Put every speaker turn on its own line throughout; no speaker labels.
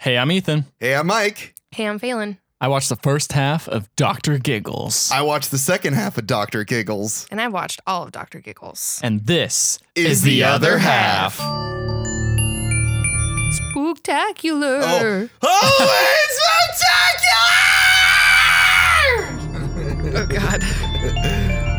Hey, I'm Ethan.
Hey, I'm Mike.
Hey, I'm Phelan,
I watched the first half of Dr. Giggles.
I watched the second half of Dr. Giggles.
and I watched all of Dr. Giggles.
and this
Is the other half.
Spooktacular.
Oh, oh it's spectacular!
Oh, God.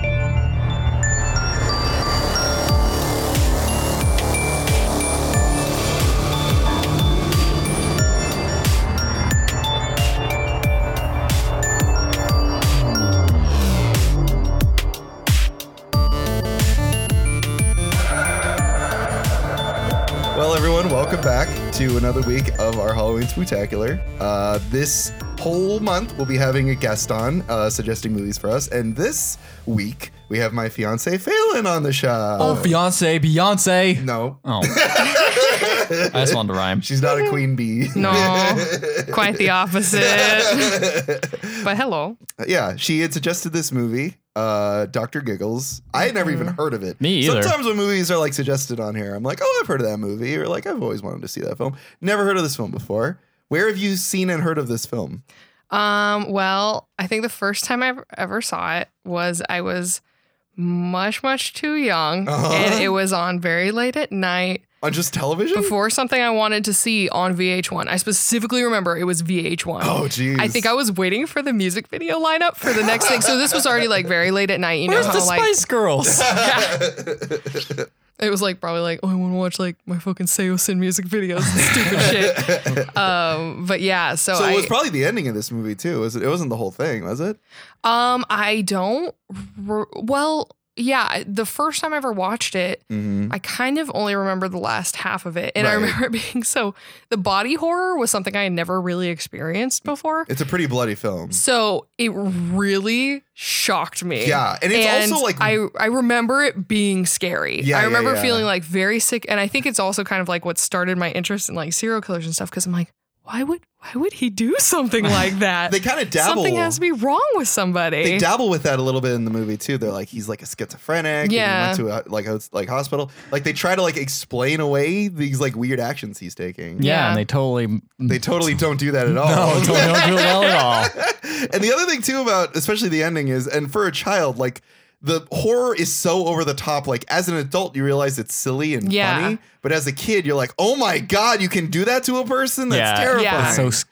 Well, everyone, welcome back to another week of our Halloween Spectacular. Uh, this whole month, we'll be having a guest on uh, suggesting movies for us, and this week we have my fiance Phelan on the show.
Oh, fiance, Beyonce.
no,
Oh. I just wanted to rhyme.
she's not a queen bee.
No, quite the opposite. But hello.
Uh, yeah, she had suggested this movie, uh, Doctor Giggles. I had never even
Mm-hmm.
heard of it.
Me either.
Sometimes when movies are like suggested on here, I'm like, oh, I've heard of that movie, or like I've always wanted to see that film. Never heard of this film before. Where have you seen and heard of this film?
Um, well, I think the first time I ever saw it was I was much, much too young,
Uh-huh.
and it was on very late at night
On just television?
before something I wanted to see on VH1. I specifically remember it was VH1.
Oh, jeez.
I think I was waiting for the music video lineup for the next thing. So this was already like very late at night. You know
Where's
how
"Oh,
the
like
Spice Girls?
it was like probably like, oh, I want to watch like my fucking Seosin music videos and stupid shit. Um, but yeah, so,
So
I
it was probably the ending of this movie too. Was it? It wasn't the whole thing, was it?
um I don't re- well yeah the first time I ever watched it.
Mm-hmm.
I kind of only remember the last half of it. And I
Right.
remember it being so the body horror was something I had never really experienced before.
It's a pretty bloody film.
So it really shocked me.
Yeah, and it's
and
also like
I I remember it being scary.
Yeah,
I
yeah,
remember
yeah.
feeling like very sick, and I think it's also kind of like what started my interest in like serial killers and stuff because I'm like, why would why would he do something like that?
they kind of dabble.
Something has to be wrong with somebody.
they dabble with that a little bit in the movie too. They're like he's like a schizophrenic.
Yeah.
and he went to a, like a, like hospital. Like they try to like explain away these like weird actions he's taking.
yeah,
Yeah.
and they totally.
They totally don't do that at all.
No, don't, don't do it well at all.
and the other thing too about especially the ending is, and for a child, like the horror is so over the top. Like as an adult, you realize it's silly and
Yeah.
funny, but as a kid, you're like, oh my god, you can do that to a person. That's
Yeah.
terrifying.
Yeah.
It's so s-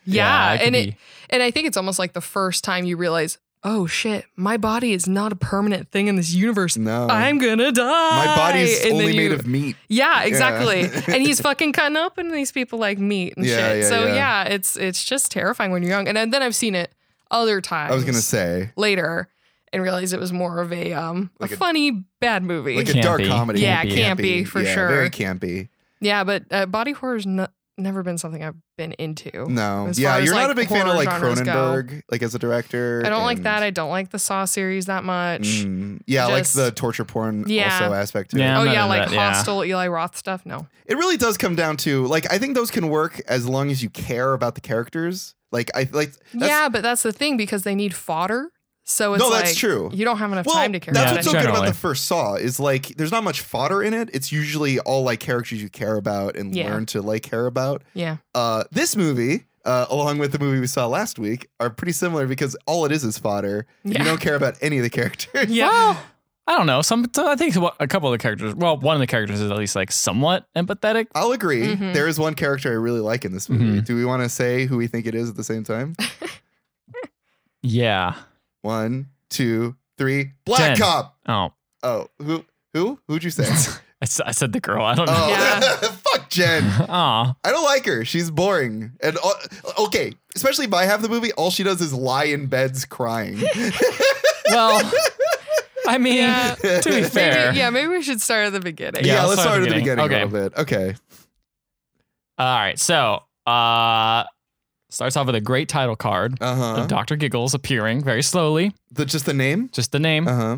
yeah,
yeah,
it could
and
be.
it and I think it's almost like the first time you realize, oh shit, my body is not a permanent thing in this universe.
no,
I'm gonna die.
my body's
And then
only made
you-
of meat.
Yeah, exactly.
Yeah.
and he's fucking cutting up and these people like meat and
Yeah,
shit.
yeah,
so
yeah.
yeah. it's it's just terrifying when you're young. And then I've seen it other times.
I was gonna say
later and realized it was more of a um
Like
a
a-
funny bad movie.
like a
Campy.
dark comedy.
Yeah,
Campy.
campy, for
Yeah,
sure.
Very campy.
yeah, but uh, body horror's n- never been something I've been into.
No,
As
yeah,
far as,
you're not
like,
a big fan of
horror
like
genres go.
Cronenberg, like as a director.
I don't like
and-
that. I don't like the Saw series that much.
Mm, yeah, I like
Just-
the torture porn
Yeah.
also aspect. To it.
Yeah.
oh
I'm not
yeah,
into
like
that, yeah.
Hostel, Eli Roth stuff. No.
It really does come down to like I think those can work as long as you care about the characters. Like I like that's,
yeah, but that's the thing because they need fodder. So it's
No, that's
like,
true.
You don't have enough
Well,
time to care
that's
about
what's
it.
so good about
Generally.
the first Saw is like there's not much fodder in it. It's usually all like characters you care about and
Yeah.
learn to like care about.
Yeah.
Uh, this movie, uh, along with the movie we saw last week, are pretty similar because all it is is fodder. and
Yeah.
You don't care about any of the characters.
Yeah.
Well, I don't know. Some, I think what- a couple of the characters. Well, one of the characters is at least like somewhat empathetic.
I'll agree.
Mhm.
There is one character I really like in this movie. Do we want to say who we think it is at the same time?
Yeah.
One, two, three. Black
Jen.
cop.
Oh,
Oh, who, who, who'd you say?
I, s- I said the girl. I don't
oh,
know.
Yeah.
fuck Jen.
Aw.
I don't like her. She's boring. And all, okay, especially by half the movie, all she does is lie in beds crying.
Well, I mean,
Yeah.
to be fair,
Maybe, yeah, maybe we should start at the beginning.
yeah,
Yeah,
let's start at the beginning,
Okay.
a little bit. Okay.
All right, so uh starts off with a great title card
Uh huh.
of Dr. Giggles appearing very slowly,
The, just the name?
just the name,
Uh huh.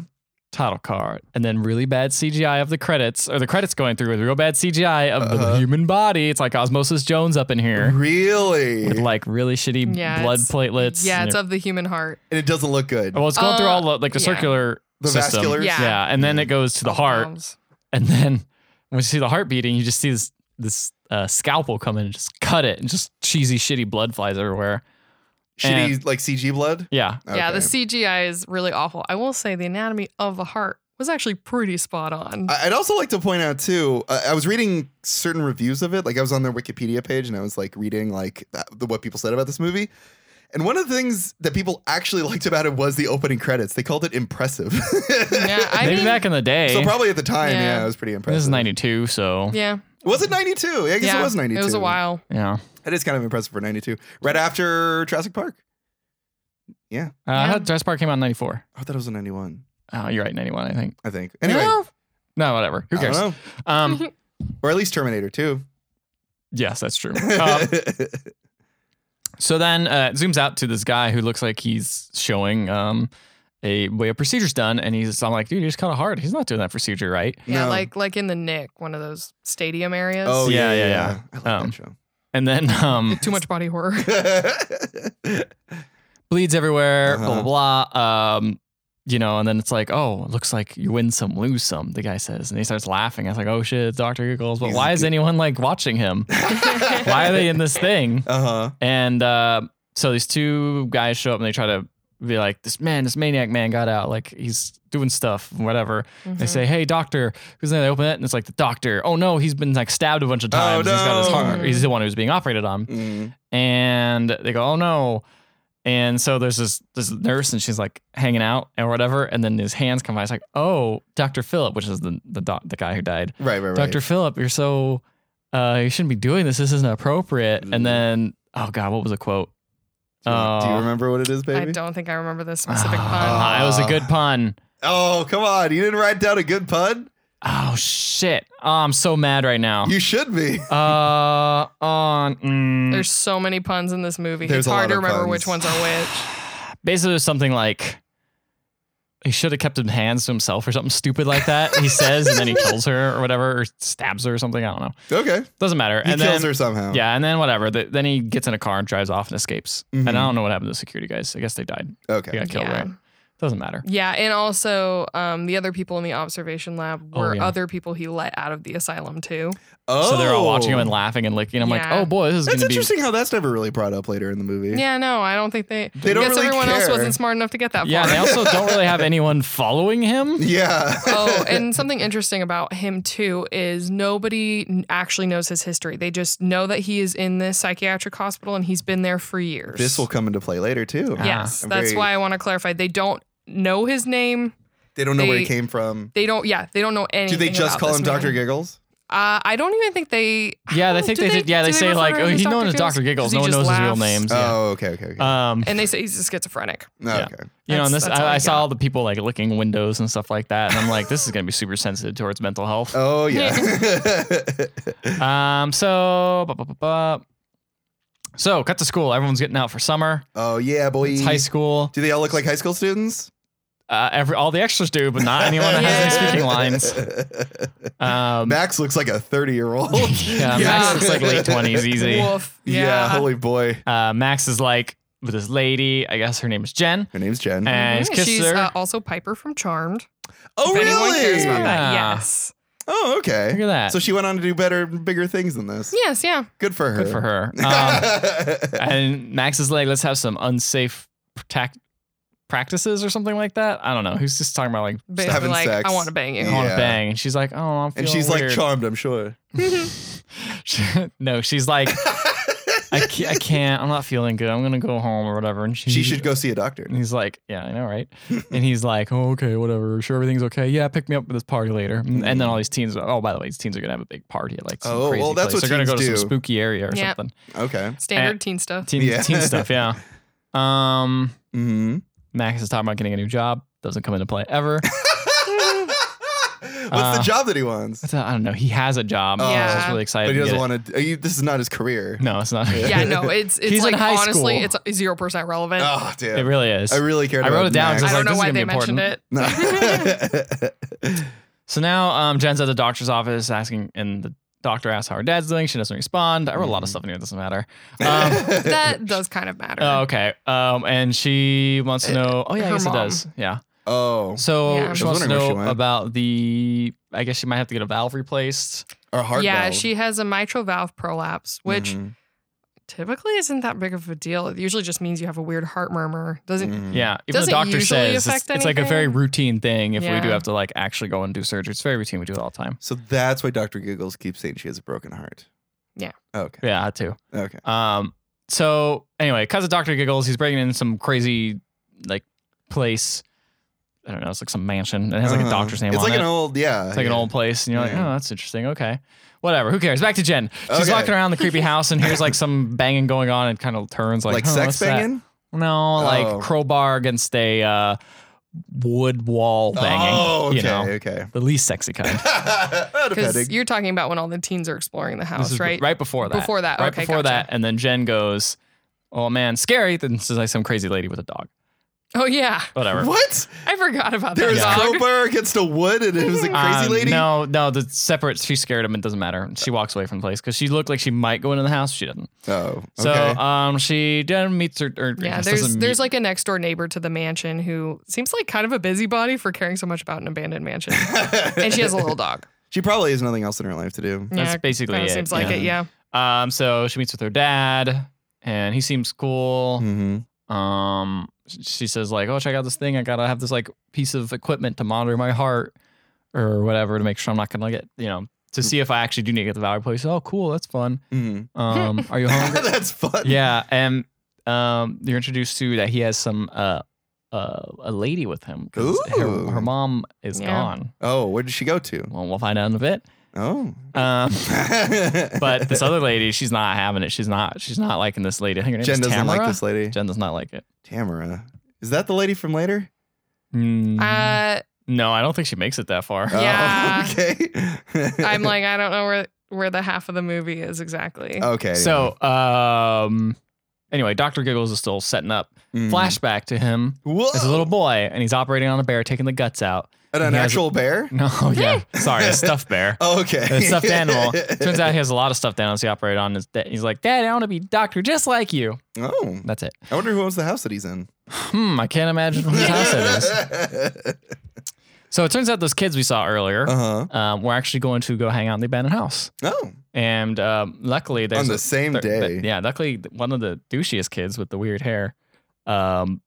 title card, and then really bad CGI of the credits or the credits going through with real bad CGI of
Uh-huh.
the human body. It's like Osmosis Jones up in here
Really?
with
And
like really shitty
Yeah,
blood
it's-
platelets.
Yeah,
and
it's
it-
of the human heart.
it doesn't look good.
well, it's going through
Uh,
all the, like the
yeah.
circular
The
system.
vascular.
Yeah.
yeah, and then it goes to the heart,
Bombs.
and then when you see the heart beating, you just see this this uh, scalpel come in and just cut it, and just cheesy, shitty blood flies everywhere.
Shitty like CG blood.
Yeah,
Yeah, the
Okay.
CGI is really awful. I will say the anatomy of a heart was actually pretty spot on.
I- I'd also like to point out too. I I was reading certain reviews of it. Like I was on their Wikipedia page and I was like reading like that, the, what people said about this movie. And one of the things that people actually liked about it was the opening credits. They called it impressive.
yeah, I
maybe
mean,
back in the day.
so probably at the time, yeah,
Yeah.
it was pretty impressive.
this is '92, so
yeah,
Was it ninety two? Yeah, I guess
yeah,
it was ninety two.
It was a while.
yeah. Uh,
That is kind of impressive for ninety two. Right after Jurassic Park.
Uh, I
Yeah.
thought Jurassic Park came out in '94.
I thought it was a ninety one.
Oh, you're right, '91, I think.
I think. Anyway,
No.
No, whatever. Who
I
cares?
don't know.
Um,
Or at least Terminator two.
yes, that's true. Um, So then uh, it zooms out to this guy who looks like he's showing um, a way a procedure's done, and he's I'm like, dude, he's kind of hard. He's not doing that procedure right.
Yeah,
No.
like like in the Nick, one of those stadium areas.
oh yeah,
Yeah,
yeah,
yeah,
yeah. I like
Um,
that show.
And then um,
too much body horror.
Oh. bleeds everywhere, blah
Uh-huh.
blah blah. Um, you know, and then it's like, oh, it looks like you win some, lose some. The guy says, and he starts laughing. I was like, oh shit, it's Doctor Giggles. But
He's
why is
good.
anyone like watching him? why are they in this thing?
Uh huh.
And uh, so these two guys show up and they try to be like, this man, this maniac man got out. Like he's doing stuff, whatever. They
Mhm.
say, hey, doctor. Who's there? They open it and it's like the doctor. Oh no, he's been like stabbed a bunch of
Oh,
times. He's got his
no.
heart. He's the one who's being operated on.
Mm.
And they go, oh no. And so there's this this nurse and she's like hanging out and whatever. And then his hands come by. It's like, oh, Dr. Phillip, which is the the, doc, the guy who died.
Right, right, right.
Dr. Phillip, you're so uh you shouldn't be doing this. This isn't appropriate.
Mm.
And then oh god, what was the quote?
Do you- do you
Uh,
remember what it is,
I
baby?
don't think I remember this specific pun.
Ah, it was a good pun.
Oh, come on. You didn't write down a good pun?
Oh shit. Oh, I'm so mad right now.
You should be.
uh on mm,
There's so many puns in this movie.
There's
it's
a lot
hard to
of
remember
puns.
which ones are which.
basically it was something like he should have kept his hands to himself or something stupid like that. He says, and then he kills her or whatever, or stabs her or something. I don't know.
Okay.
Doesn't matter.
He
and
kills
then,
her somehow.
Yeah, and then whatever. The, then he gets in a car and drives off and escapes.
Mhm.
And I don't know what happened to the security guys. I guess they died.
Okay.
They got killed,
Yeah.
right? Doesn't matter.
Yeah, and also um, the other people in the observation lab
Oh,
were
yeah.
other people he let out of the asylum too.
Oh.
So they're all watching him and laughing and licking. I'm like,
Yeah.
oh boy, this is
That's
gonna be.
interesting how that's never really brought up later in the movie.
Yeah, no, I don't think they.
They don't
I guess
really
everyone else
care.
wasn't smart enough to get that.
Yeah,
far.
they also don't really have anyone following him.
Yeah.
oh, and something interesting about him too is nobody n- actually knows his history. They just know that he is in this psychiatric hospital and he's been there for years.
this will come into play later, too.
Yeah.
Yes,
I'm
that's
very-
why I want to clarify. They don't know his name.
They don't know where he
They-
came from.
They don't. Yeah, they don't know
Do
anything.
they just
about
call
this
him Dr.
man.
Giggles?
Uh, I don't even think they.
Yeah, they
Oh,
think
do
they,
they-
did- yeah they
do they
say
refer
like
to him
oh
as
he's
Dr.
known as
Giggles?
Doctor Giggles.
'Cause he
No one knows
just
his real
laughs.
names. yeah.
Oh, okay, okay, okay.
Um,
And they say he's a schizophrenic.
No,
yeah.
okay.
you know, and
That's-
this
that's all
I,
I
I saw
got.
all the people like licking windows and stuff like that, and I'm like, this is gonna be super sensitive towards mental health.
Oh, yeah.
Oh.
Um, so, ba, ba, ba, ba. so cut to school. Everyone's getting out for summer.
oh, yeah, boy.
It's high school.
Do they all look like high school students?
Uh, every all the extras do, but not anyone that has any
Yeah.
speaking lines. Um,
Max looks like a 30 year old.
yeah, Max looks like late twenties, easy.
Woof.
Yeah.
Yeah.
holy boy.
Uh, Max is like with this lady. I guess her name is Jen.
Her name's Jen.
And he's kissed
She's
her.
uh, also Piper from Charmed.
oh,
if anyone cares about that.
Yeah.
Yes.
Oh, okay.
Look at that.
So she went on to do better, bigger things than this.
Yes, yeah.
Good for her.
Good for her. Um, and Max is like, let's have some unsafe protect practices or something like that. I don't know. Who's just talking about like
But
stuff
Having
like,
sex.
I want to bang you.
I want
Yeah.
to bang, and she's like, oh, I'm
and
feeling
she's like
weird.
charmed, I'm sure.
She- no, she's like, I can't, I can't. I'm not feeling good. I'm gonna go home or whatever. And she,
she should go see a doctor.
And he's like, yeah, I know, right? and he's like, oh, okay, whatever. Sure, everything's okay. Yeah, pick me up at this party later. And then all these teens, oh, by the way, these teens are gonna have a big party at like some
Hmm. Oh,
crazy
well, that's
place.
what
They're gonna go
teens
to
do.
some spooky area or
Yeah.
something.
Okay.
Standard
And-
teen stuff.
Teen,
Yeah.
teen stuff, yeah. Um,
hmm
Max is talking about getting a new job. Doesn't come into play ever.
What's the
Uh,
job that he wants?
That's a, I don't know. He has a job.
Oh.
Yeah.
Yeah.
He's really excited.
But
to
he doesn't
get it.
want to. This is not his career.
No, it's not.
Yeah.
Yeah, no, it's it's
He's in
like
high
honestly,
school.
it's zero percent relevant.
Oh, damn.
It really is.
I really cared
I
about
wrote it down
Max.
I
I
was
don't
like, this
know
is
why
gonna
they
be
mentioned it.
No.
so now um, Jen's at the doctor's office asking, and the doctor asks how her dad's doing. She doesn't respond. I wrote a
Mm-hmm.
lot of stuff in here. It doesn't matter. Um,
That does kind of matter.
oh, okay. Um, and she wants to
Eh,
know. Oh, yeah, I
Her
guess
mom.
it does. Yeah.
oh.
So
Yeah. I
she
was
wants to
wondering where she
know
went.
about the. I guess she might have to get a valve replaced.
Or heart
yeah,
valve.
she has a mitral valve prolapse, which
Mhm.
typically isn't that big of a deal. It usually just means you have a weird heart murmur. Doesn't
Mhm.
Yeah, even the
Doesn't
doctor
usually
says it's,
affect
it's like a very
anything.
routine thing. If we do
Yeah.
have to like actually go and do surgery, it's very routine. We do it all the time.
So that's why Dr. Giggles keeps saying she has a broken heart.
Yeah.
Okay.
Yeah, I had to.
Okay.
Um. So anyway, because of Doctor Giggles, he's breaking in some crazy like place. I don't know. It's like some mansion. and It has like a
Uh-huh.
doctor's name
It's
on
like
it.
an old, yeah.
it's like an
yeah.
old place, and you're like,
Yeah.
oh, that's interesting. Okay, whatever. Who cares? Back to Jen. She's
Okay.
walking around the creepy house and hears like some banging going on, and kind of turns like,
like
"Huh,
sex
what's that?"
banging.
No, like
Oh.
crowbar against a uh, wood wall banging.
Oh, okay,
you know?
okay.
the least sexy kind.
because
Depending.
you're talking about when all the teens are exploring the house,
This is
right?
right before that.
Before that,
Right
okay,
before
gotcha.
that, and then Jen goes, "Oh man, scary." Then this is like some crazy lady with a dog.
Oh yeah,
Whatever.
What?
I forgot about
There
that
was
Yeah.
dog.
crowbar against a wood, and it was a crazy
Um,
lady.
No, no, the separate. She scared him. It doesn't matter. She walks away from the place because she looked like she might go into the house. She doesn't.
Oh,
So
okay.
um, she then meets her. Or,
Yeah,
doesn't
there's
meet-
there's like a next door neighbor to the mansion who seems like kind of a busybody for caring so much about an abandoned mansion,
uh,
and she has a little dog.
she probably has nothing else in her life to do.
That's
yeah,
basically
kinda
it,
Seems like
yeah.
it. Yeah.
Um, so she meets with her dad, and he seems cool.
Mm-hmm.
Um, she says like, "Oh, check out this thing. I gotta have this like piece of equipment to monitor my heart or whatever to make sure I'm not gonna get you know to see if I actually do need to get the value place." Oh, cool, that's fun.
Mm-hmm.
Um, are you hungry?
That's fun.
yeah, and um, you're introduced to that he has some uh, uh a lady with him 'cause
Ooh.
her, her mom is
Yeah.
gone.
Oh, where did she go to?
Well, we'll find out in a bit.
Oh.
Um,
but
but this other lady, she's not having it. She's not. She's not liking this lady. I think her name
Jen
is
doesn't like
Tamara.
this lady.
Jen does not like it.
Tamara. Is that the lady from later?
Mm.
Uh,
Mm-hmm.
no, I don't think she makes it that far.
Yeah.
Oh, okay.
Uh, I'm like, I don't know where where the half of the movie is exactly.
okay.
So, um, anyway, Dr. Giggles is still setting up.
Mhm.
Flashback to him
Whoa.
as a little boy, and he's operating on a bear, taking the guts out.
And an
he has-
actual bear?
No, yeah. Sorry, a stuffed bear.
Oh, okay.
A stuffed animal. Turns out he has a lot of stuffed animals he operated on. His da- he's like, Dad, I want to be a doctor just like you.
Oh.
That's it.
I wonder who owns the house that he's in.
Hmm, I can't imagine whose house it is. So it turns out those kids we saw earlier
Uh huh.
um, were actually going to go hang out in the abandoned house.
Oh.
And um, luckily, there's
on the
a-
same
Th-
day.
th- yeah, luckily th- one of the douchiest kids with the weird hair. Um,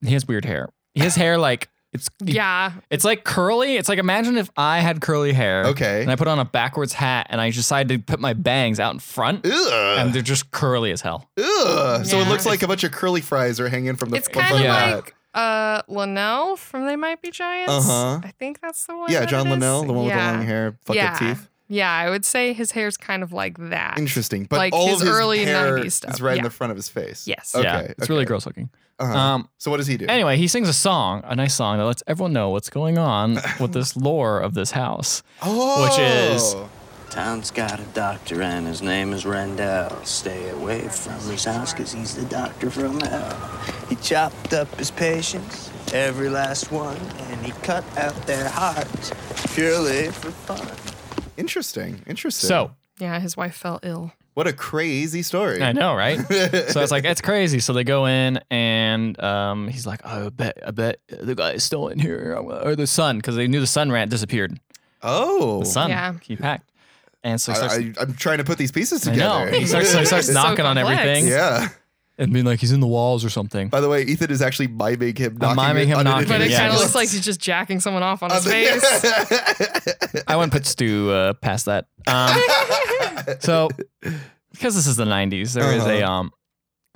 he has weird hair. He has hair like it's
Yeah.
It's like curly. It's like imagine if I had curly hair.
Okay.
And I put on a backwards hat and I decided to put my bangs out in front and
Ugh.
they're just curly as hell.
Ugh. So it
Yeah.
looks like a bunch of curly fries are hanging from the.
It's kind of
Yeah.
like uh Linnell from They Might Be Giants.
Uh-huh.
I think that's the one.
Yeah,
that
John
it is.
Linnell, the one with
Yeah.
the long hair, fuck
Yeah.
up teeth.
Yeah, I would say his hair's kind of like that.
Interesting, but
Like
all
his
of his
early
hair
90s stuff.
is right in
Yeah.
the front of his face.
Yes.
Okay.
yeah. It's really
okay.
gross looking.
Uh-huh.
Um
so what does he do?
anyway, he sings a song, a nice song that lets everyone know what's going on with this lore of this house.
oh,
which is-
Town's got a doctor, and his name is Rendell. Stay away from his house, cause he's the doctor from hell. He chopped up his patients, every last one, and he cut out their hearts purely for fun.
interesting. Interesting.
So
Yeah, his wife fell ill.
what a crazy story.
I know, right? so it's like it's crazy. So they go in, and um, he's like, "Oh, I bet, I bet the guy is still in here, or the sun, because they knew the sun rat disappeared.
Oh,
The sun,
Yeah.
he packed, and so he starts.
I, I, am trying to put these pieces
I know.
together.
He starts, so he starts
So
knocking on
complex.
everything
yeah.
and being like, "He's in the walls or something."
By the way, Ethan is actually miming him knocking.
miming him
on an
knocking,
But it
Yeah,
kind of
just-
looks like he's just jacking someone off
Uh,
on his face.
face.
I wouldn't put Stu uh, past that. Um, so, because this is the '90s, there is a
Uh-huh.
um,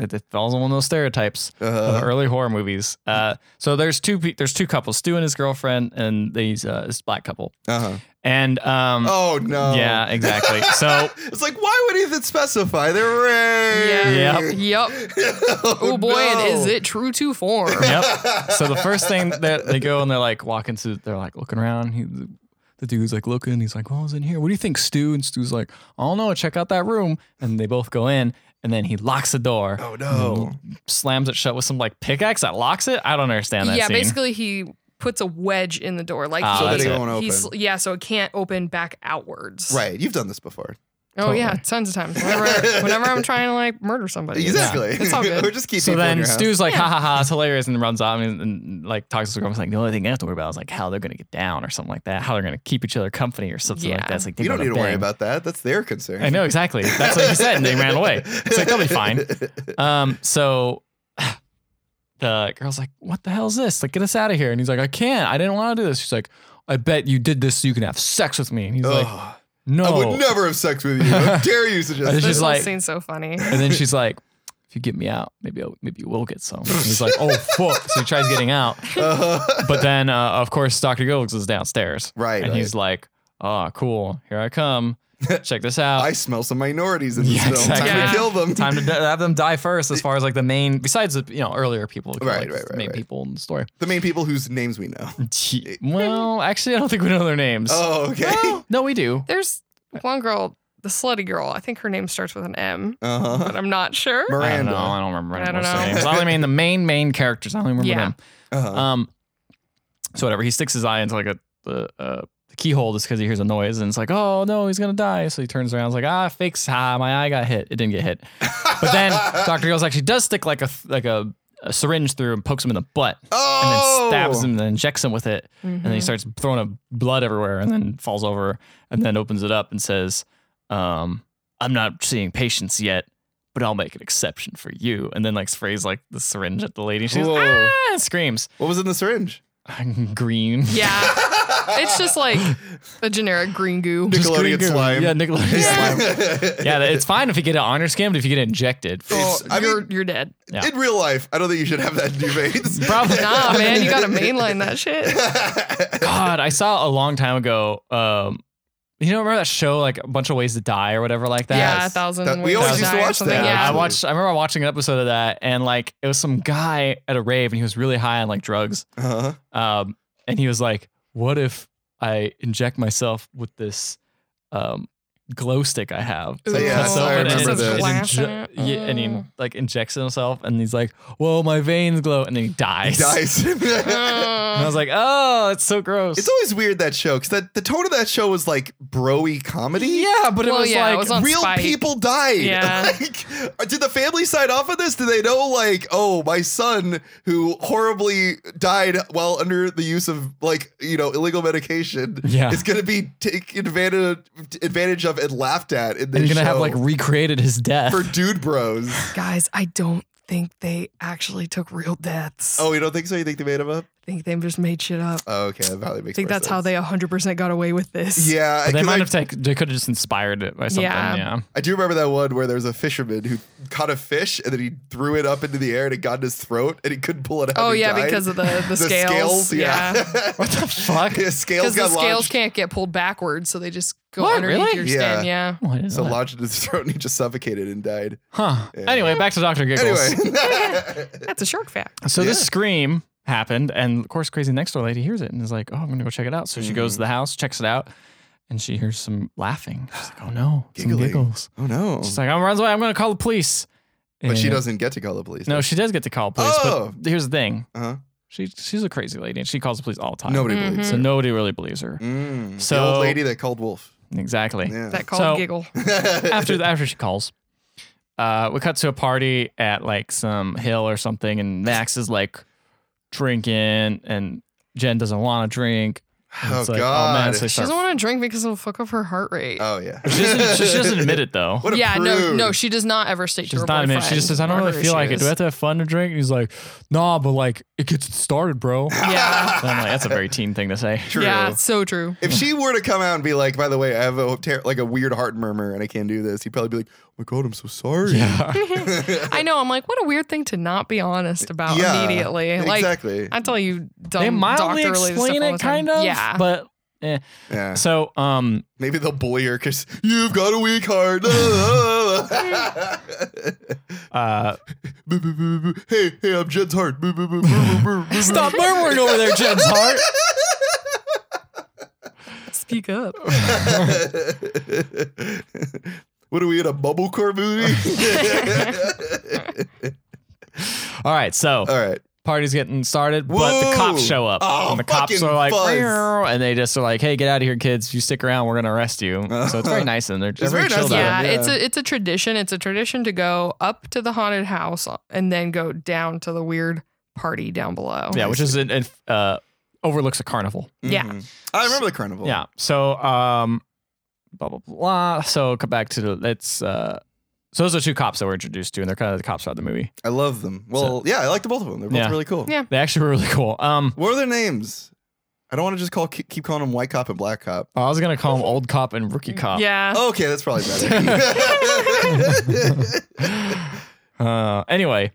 it, it falls on one of those stereotypes. of the
uh,
early horror movies. Uh, so there's two pe- there's two couples, Stu and his girlfriend, and these uh, this black couple.
uh-huh.
And um,
Oh no.
yeah, exactly. So
It's like, why would Ethan specify? They're rare.
Yeah.
Yep.
Yep.
oh,
Oh boy,
no.
and is it true to form?
yep. So the first thing that they go and they're like walking to they're like looking around. He, the, the dude's like looking. He's like, "What was in here? What do you think, Stu?" And Stu's like, "I don't know. Check out that room." And they both go in. And then he locks the door,
Oh no.
Mm-hmm. slams it shut with some like pickaxe that locks it. I don't understand that.
yeah,
scene.
basically he puts a wedge in the door, like
Ah,
he,
So that it
won't
he
open.
sl- yeah, so it can't open back outwards.
Right. You've done this before.
Oh yeah, tons of times. Whenever, whenever I'm trying to like murder somebody, it's-
Exactly.
It's all
We're
good.
just keeping
So then Stu's like,
Yeah.
ha ha ha, it's hilarious, and then runs off and, and like talks to the girl. He's like, the only thing I have to worry about is like how they're gonna get down or something like that, how they're gonna keep each other company or something like
Yeah.
that. It's like they
You don't
go
need to worry
bed.
about that. That's their concern.
I know exactly. That's what he said, and they ran away. It's like they'll be fine. Um, so the girl's like, "What the hell is this? Like, get us out of here!" And he's like, "I can't. I didn't want to do this." She's like, "I bet you did this so you can have sex with me." And he's like,
Ugh.
"No."
Oh, I would never have sex with you. How dare you
I
suggest
just-
that?
This
she's
whole
like-
scene's so funny.
And then she's like, "If you get me out, maybe I'll, maybe you will get some." And he's like, "Oh fuck!" So he tries getting out,
Uh,
but then uh, of course Doctor Gilligs is downstairs,
Right,
And
right.
he's like, "Ah, cool. Here I come. Check this out."
I smell some minorities in this
Yeah,
film.
exactly.
Time
Yeah.
to kill them.
time to d- have them die first as far as like the main besides the you know earlier people like,
Right, right,
the
right,
main
right.
people in the story
the main people whose names we know.
well actually i don't think we know their names
Oh, okay.
Well, no we do
There's one girl, the slutty girl. I think her name starts with an M,
Uh-huh.
but I'm not sure.
I don't know.
Miranda.
I don't remember any
I don't
most of their
know.
names. I only mean the main main characters. I only remember
Yeah.
Uh-huh.
them. Um, so whatever. He sticks his eye into like a the uh, the keyhole just because he hears a noise and it's like, oh no, he's gonna die. So he turns around, and is like, ah, fakes. Ah, my eye got hit. It didn't get hit. But then Doctor Girls actually does stick like a like a, a syringe through and pokes him in the butt. and
oh! Mm-hmm.
then stabs him and then injects him with it. And
Mm-hmm.
then he starts throwing up blood everywhere and then falls over and then opens it up and says, um, I'm not seeing patients yet, but I'll make an exception for you. And then like sprays like the syringe at the lady. She's
Whoa.
ah, and screams.
What was in the syringe?
green.
Yeah, it's just like a generic green goo.
Just green
Nickelodeon
goo.
slime.
Yeah, Nickelodeon slime.
yeah,
Yeah, it's fine if you get it on your skin, but if you get injected,
Oh,
I mean-
you're you're dead.
Yeah.
In real life, I don't think you should have that in your veins.
probably
Nah, man, you gotta mainline that shit.
God, I saw a long time ago. Um, you know, remember that show like a bunch of ways to die or whatever like that?
yeah, a
Yes.
thousand.
That- we
ways
always
to
used to
Die or
watch
something.
that.
I
Yeah.
Absolutely.
watched. I remember watching an episode of that, and like it was some guy at a rave, and he was really high on like drugs.
Uh-huh.
Um, and he was like, "What if I inject myself with this um, glow stick I have?"
Ooh.
he
Yes,
cuts
I
open and
remember
it's-
this.
and
Glass in
inje-
it.
yeah, and he
Oh.
like injects himself, and he's like, "Whoa, my veins glow," and then he dies.
Dies.
Oh.
And I was like, "Oh, it's so gross."
it's always weird that show because that the tone of that show was like broy comedy.
yeah, but
Well,
it was
yeah, it
like
was on
Real
Spike.
people died.
Yeah.
Like, did the family sign off on this? Do they know, like, oh, my son who horribly died while under the use of, like, you know, illegal medication
Yeah.
is going to be taken advantage, advantage of and laughed at in this
they're gonna have
show
like recreated his death.
for dude bros.
guys, I don't think they actually took real deaths.
Oh, you don't think so? You think they made him up?
I think they just made shit up.
Oh, okay. That probably
I
makes
think
more
that's
sense.
how they 100% got away with this.
Yeah,
But they
'cause
might
I,
have taken. They could have just inspired it by something.
Yeah.
yeah.
I do remember that one where there was a fisherman who caught a fish and then he threw it up into the air and it got in his throat and he couldn't pull it out.
Oh
and he
yeah,
died.
because of the the,
the
scales.
scales.
yeah.
Yeah.
What the fuck?
yeah scales
Because the
got
scales
launched.
can't get pulled backwards, so they just go
What,
underneath
really?
your
Yeah.
skin. Yeah.
What is
So
that?
lodged in his throat and he just suffocated and died.
Huh.
Yeah.
Anyway, back to Dr. Giggles.
Anyway,
That's a shark fact.
So this
Yeah.
scream happened, and of course, crazy next door lady hears it and is like, "Oh, I'm gonna go check it out." So she
Mm.
goes to the house, checks it out, and she hears some laughing. She's like, "Oh no, some
Giggling.
giggles."
oh no!
She's like, "I'm runs away. I'm gonna call the police."
But she
And-
doesn't get to call the police.
No, she does get to call the police.
Oh.
But here's the thing:
uh-huh.
she she's a crazy lady, and she calls the police all the time.
nobody
Mhm.
believes.
So
her.
nobody really believes her.
Mm. the
So-
old lady that called Wolf.
Exactly.
Yeah.
That called
So-
giggle.
after after she calls. Uh, we cut to a party at like some hill or something, and Max is like drinking, and Jen doesn't want to drink. And
Oh,
it's like,
God.
Oh man, so they
She
start-
doesn't want to drink because it'll fuck up her heart rate.
oh yeah.
she, doesn't, she doesn't admit it though.
What a
yeah, no,
prude.
no, she does not ever state to
She's
her
not admitting.
boyfriend.
She just says, "I don't
what
really
her
feel like it.
issues.
Do I have to have fun to drink?" And he's like, "Nah, but like it gets it started, bro." And
Yeah.
I'm like, Oh, "That's a very teen thing to say."
True.
Yeah, it's so true.
If she were to come out and be like, "By the way, I have a ter- like a weird heart murmur and I can't do this," he'd probably be like, "Oh my god, I'm so sorry."
Yeah.
I know. I'm like, what a weird thing to not be honest about
Yeah,
immediately. Like,
exactly.
I tell you, dumb
They mildly
doctor related stuff
explain
all
it,
the time.
kind of.
Yeah,
But eh.
Yeah.
so, um,
Maybe they'll bully her because you've got a weak heart.
uh,
Boo, boo, boo, boo, boo. hey, hey, I'm Jen's heart. Boo, boo, boo, boo, boo, boo, boo, boo.
stop murmuring over there, Jen's heart.
speak up.
what are we in a bubblecore movie?
All right, so
All right.
party's getting started, but the cops
Whoa.
show up.
Oh,
and the cops
fucking
are like,
fuzz.
"Meow," and they just are like, hey, get out of here, kids. If you stick around, we're going to arrest you. So it's very nice. And they're just
very
very
nice
chill
of
about it.
yeah,
Yeah.
it's a it's a tradition. It's a tradition to go up to the haunted house and then go down to the weird party down below.
Yeah, which is in, in, uh, overlooks a carnival.
Yeah.
Mhm. I remember the carnival.
Yeah. So um, blah blah blah. So come back to the let's. Uh, so those are two cops that we're introduced to, and they're kind of the cops throughout the movie.
I love them. Well, yeah, I liked both of them. They're both
Yeah.
really cool.
Yeah.
They actually were really cool. Um,
What are their names? I don't want to just call keep keep calling them white cop and black cop.
I was gonna call them old cop and rookie cop.
Yeah.
Okay, that's probably better.
Uh, anyway.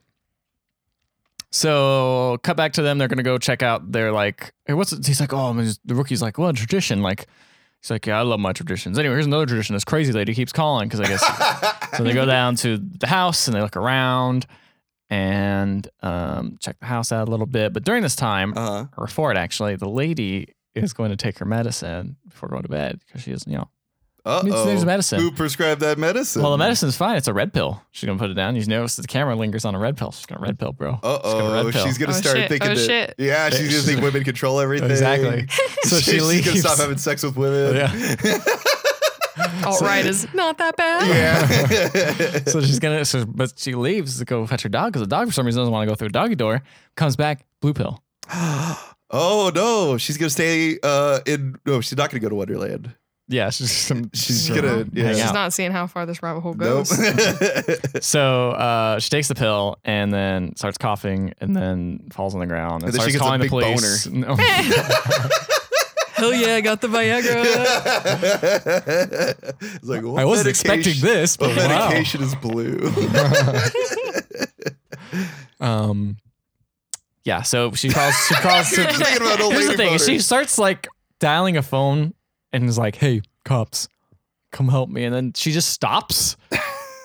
So cut back to them. They're gonna go check out. They're like, hey, what's it? He's like, oh, man, the rookie's like, well, tradition. Like, he's like, yeah, I love my traditions. Anyway, here's another tradition. This crazy lady keeps calling because I guess So they go down to the house and they look around and um, check the house out a little bit. But during this time,
uh-huh.
or before it actually, the lady is going to take her medicine before going to bed because she is, you know,
Uh-oh.
there's medicine.
Who prescribed that medicine?
well, the medicine's fine. It's a red pill. She's going to put it down. You notice that the camera lingers on a red pill. She's going to red pill, bro.
Uh
red
oh,
pill.
she's gonna
Oh,
start
shit.
thinking
Oh,
that.
shit.
Yeah, she's gonna think women control everything.
Oh, Exactly. So she
she's gonna
leaves.
stop having sex with women.
Yeah.
Alt right is not that bad.
Yeah.
so she's going to, so, but she leaves to go fetch her dog because the dog, for some reason, doesn't want to go through a doggy door. Comes back, blue pill.
oh no, she's gonna stay uh in. No, she's not gonna go to Wonderland.
Yeah, she's some,
She's
some-
gonna- yeah.
hang
She's
out.
not seeing how far this rabbit hole
Nope.
goes.
and
So uh, she takes the pill and then starts coughing and then falls on the ground and,
And
starts
then she gets a
calling
big
the police. No.
Hell yeah, I got the Viagra.
it's like
I wasn't expecting this, but wow.
medication is blue.
Um, yeah. So she calls. She calls.
You're just thinking about old
here's the
lady
thing: is she
voters.
starts like dialing a phone and is like, "Hey, cops, come help me!" And then she just stops.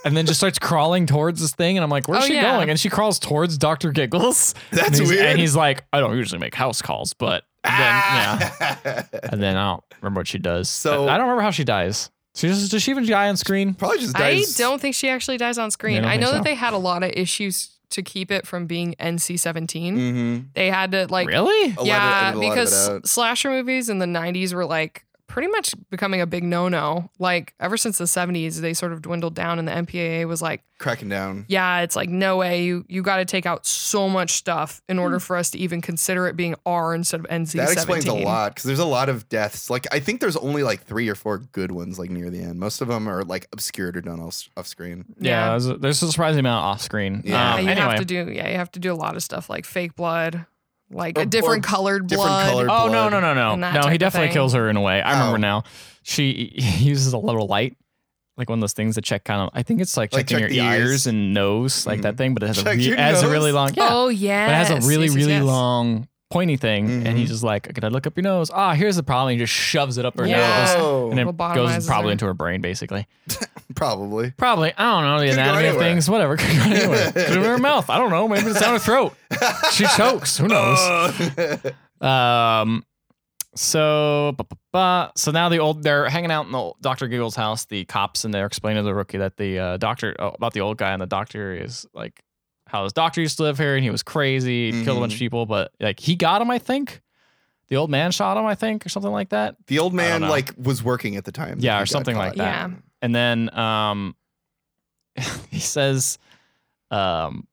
And then just starts crawling towards this thing, and I'm like, "Where's
Oh,
she
yeah.
going?" And she crawls towards Doctor Giggles.
That's
and he's,
weird. Ah.
And he's like, "I don't usually make house calls, but then yeah, And then I don't remember what she does.
So-
I I don't remember how she dies. She just does she even die on screen?
Probably just
I
dies.
don't think she actually dies on
I
screen.
don't
I know
think so.
that they had a lot of issues to keep it from being NC 17.
Mm.
Mhm.
They had to, like, oh,
really?
A lot of-
yeah,
edited a lot of
because
it out.
slasher movies in the 90s were like pretty much becoming a big no no. Like, ever since the 70s, they sort of dwindled down, and the MPAA was like,
cracking down.
yeah, it's like, no way. You, you got to take out so much stuff in
Hmm.
order for us to even consider it being R instead of NC 17.
That explains a lot because there's a lot of deaths. Like I think there's only like three or four good ones like near the end. Most of them are like obscured or done off, off screen.
Yeah, there's, a, there's a surprising amount off screen.
Yeah.
Um,
you
anyway.
have to do yeah, you have to do a lot of stuff like fake blood, like
Or-
a different
or
colored
different
blood.
colored-
oh no
blood
no no no
and that
no!
type
He
of
definitely
thing.
kills her in a way. I remember
Oh.
now. She uses a little light, like one of those things that check kind of. I think it's like
Like,
checking
check
your
the eyes. Mm-hmm.
ears and nose, like that thing. But it has, a,
Check
re-
your
it has a really long.
nose?
Yeah,
Oh yeah,
but it has a really really long pointy thing, and
Mhm.
he's just like, "Can I look up your nose?" Ah, here's the problem. He just shoves it up her
Yeah.
nose,
Oh,
and it goes
Lobotomizes
probably
her.
into her brain, basically.
probably.
Probably. I don't know the
Could go
anatomy of
anywhere.
things. Whatever. Could go anywhere. Could be her mouth. I don't know. Maybe it's down her throat. She chokes. Who
Oh.
knows?
Uh.
Um. So, ba, ba, ba. so now the old they're hanging out in the old- Dr. Giggle's house. The cops and they're explaining to the rookie that the uh, doctor oh, about the old guy and the doctor is like how this doctor used to live here and he was crazy, he killed a bunch of people, but like he got him, I think. The old man shot him, I think, or something like that.
The old man
know.
like was working at the time. that
Yeah,
he
or
got
something like
caught.
that. Yeah.
And then um, he says, um,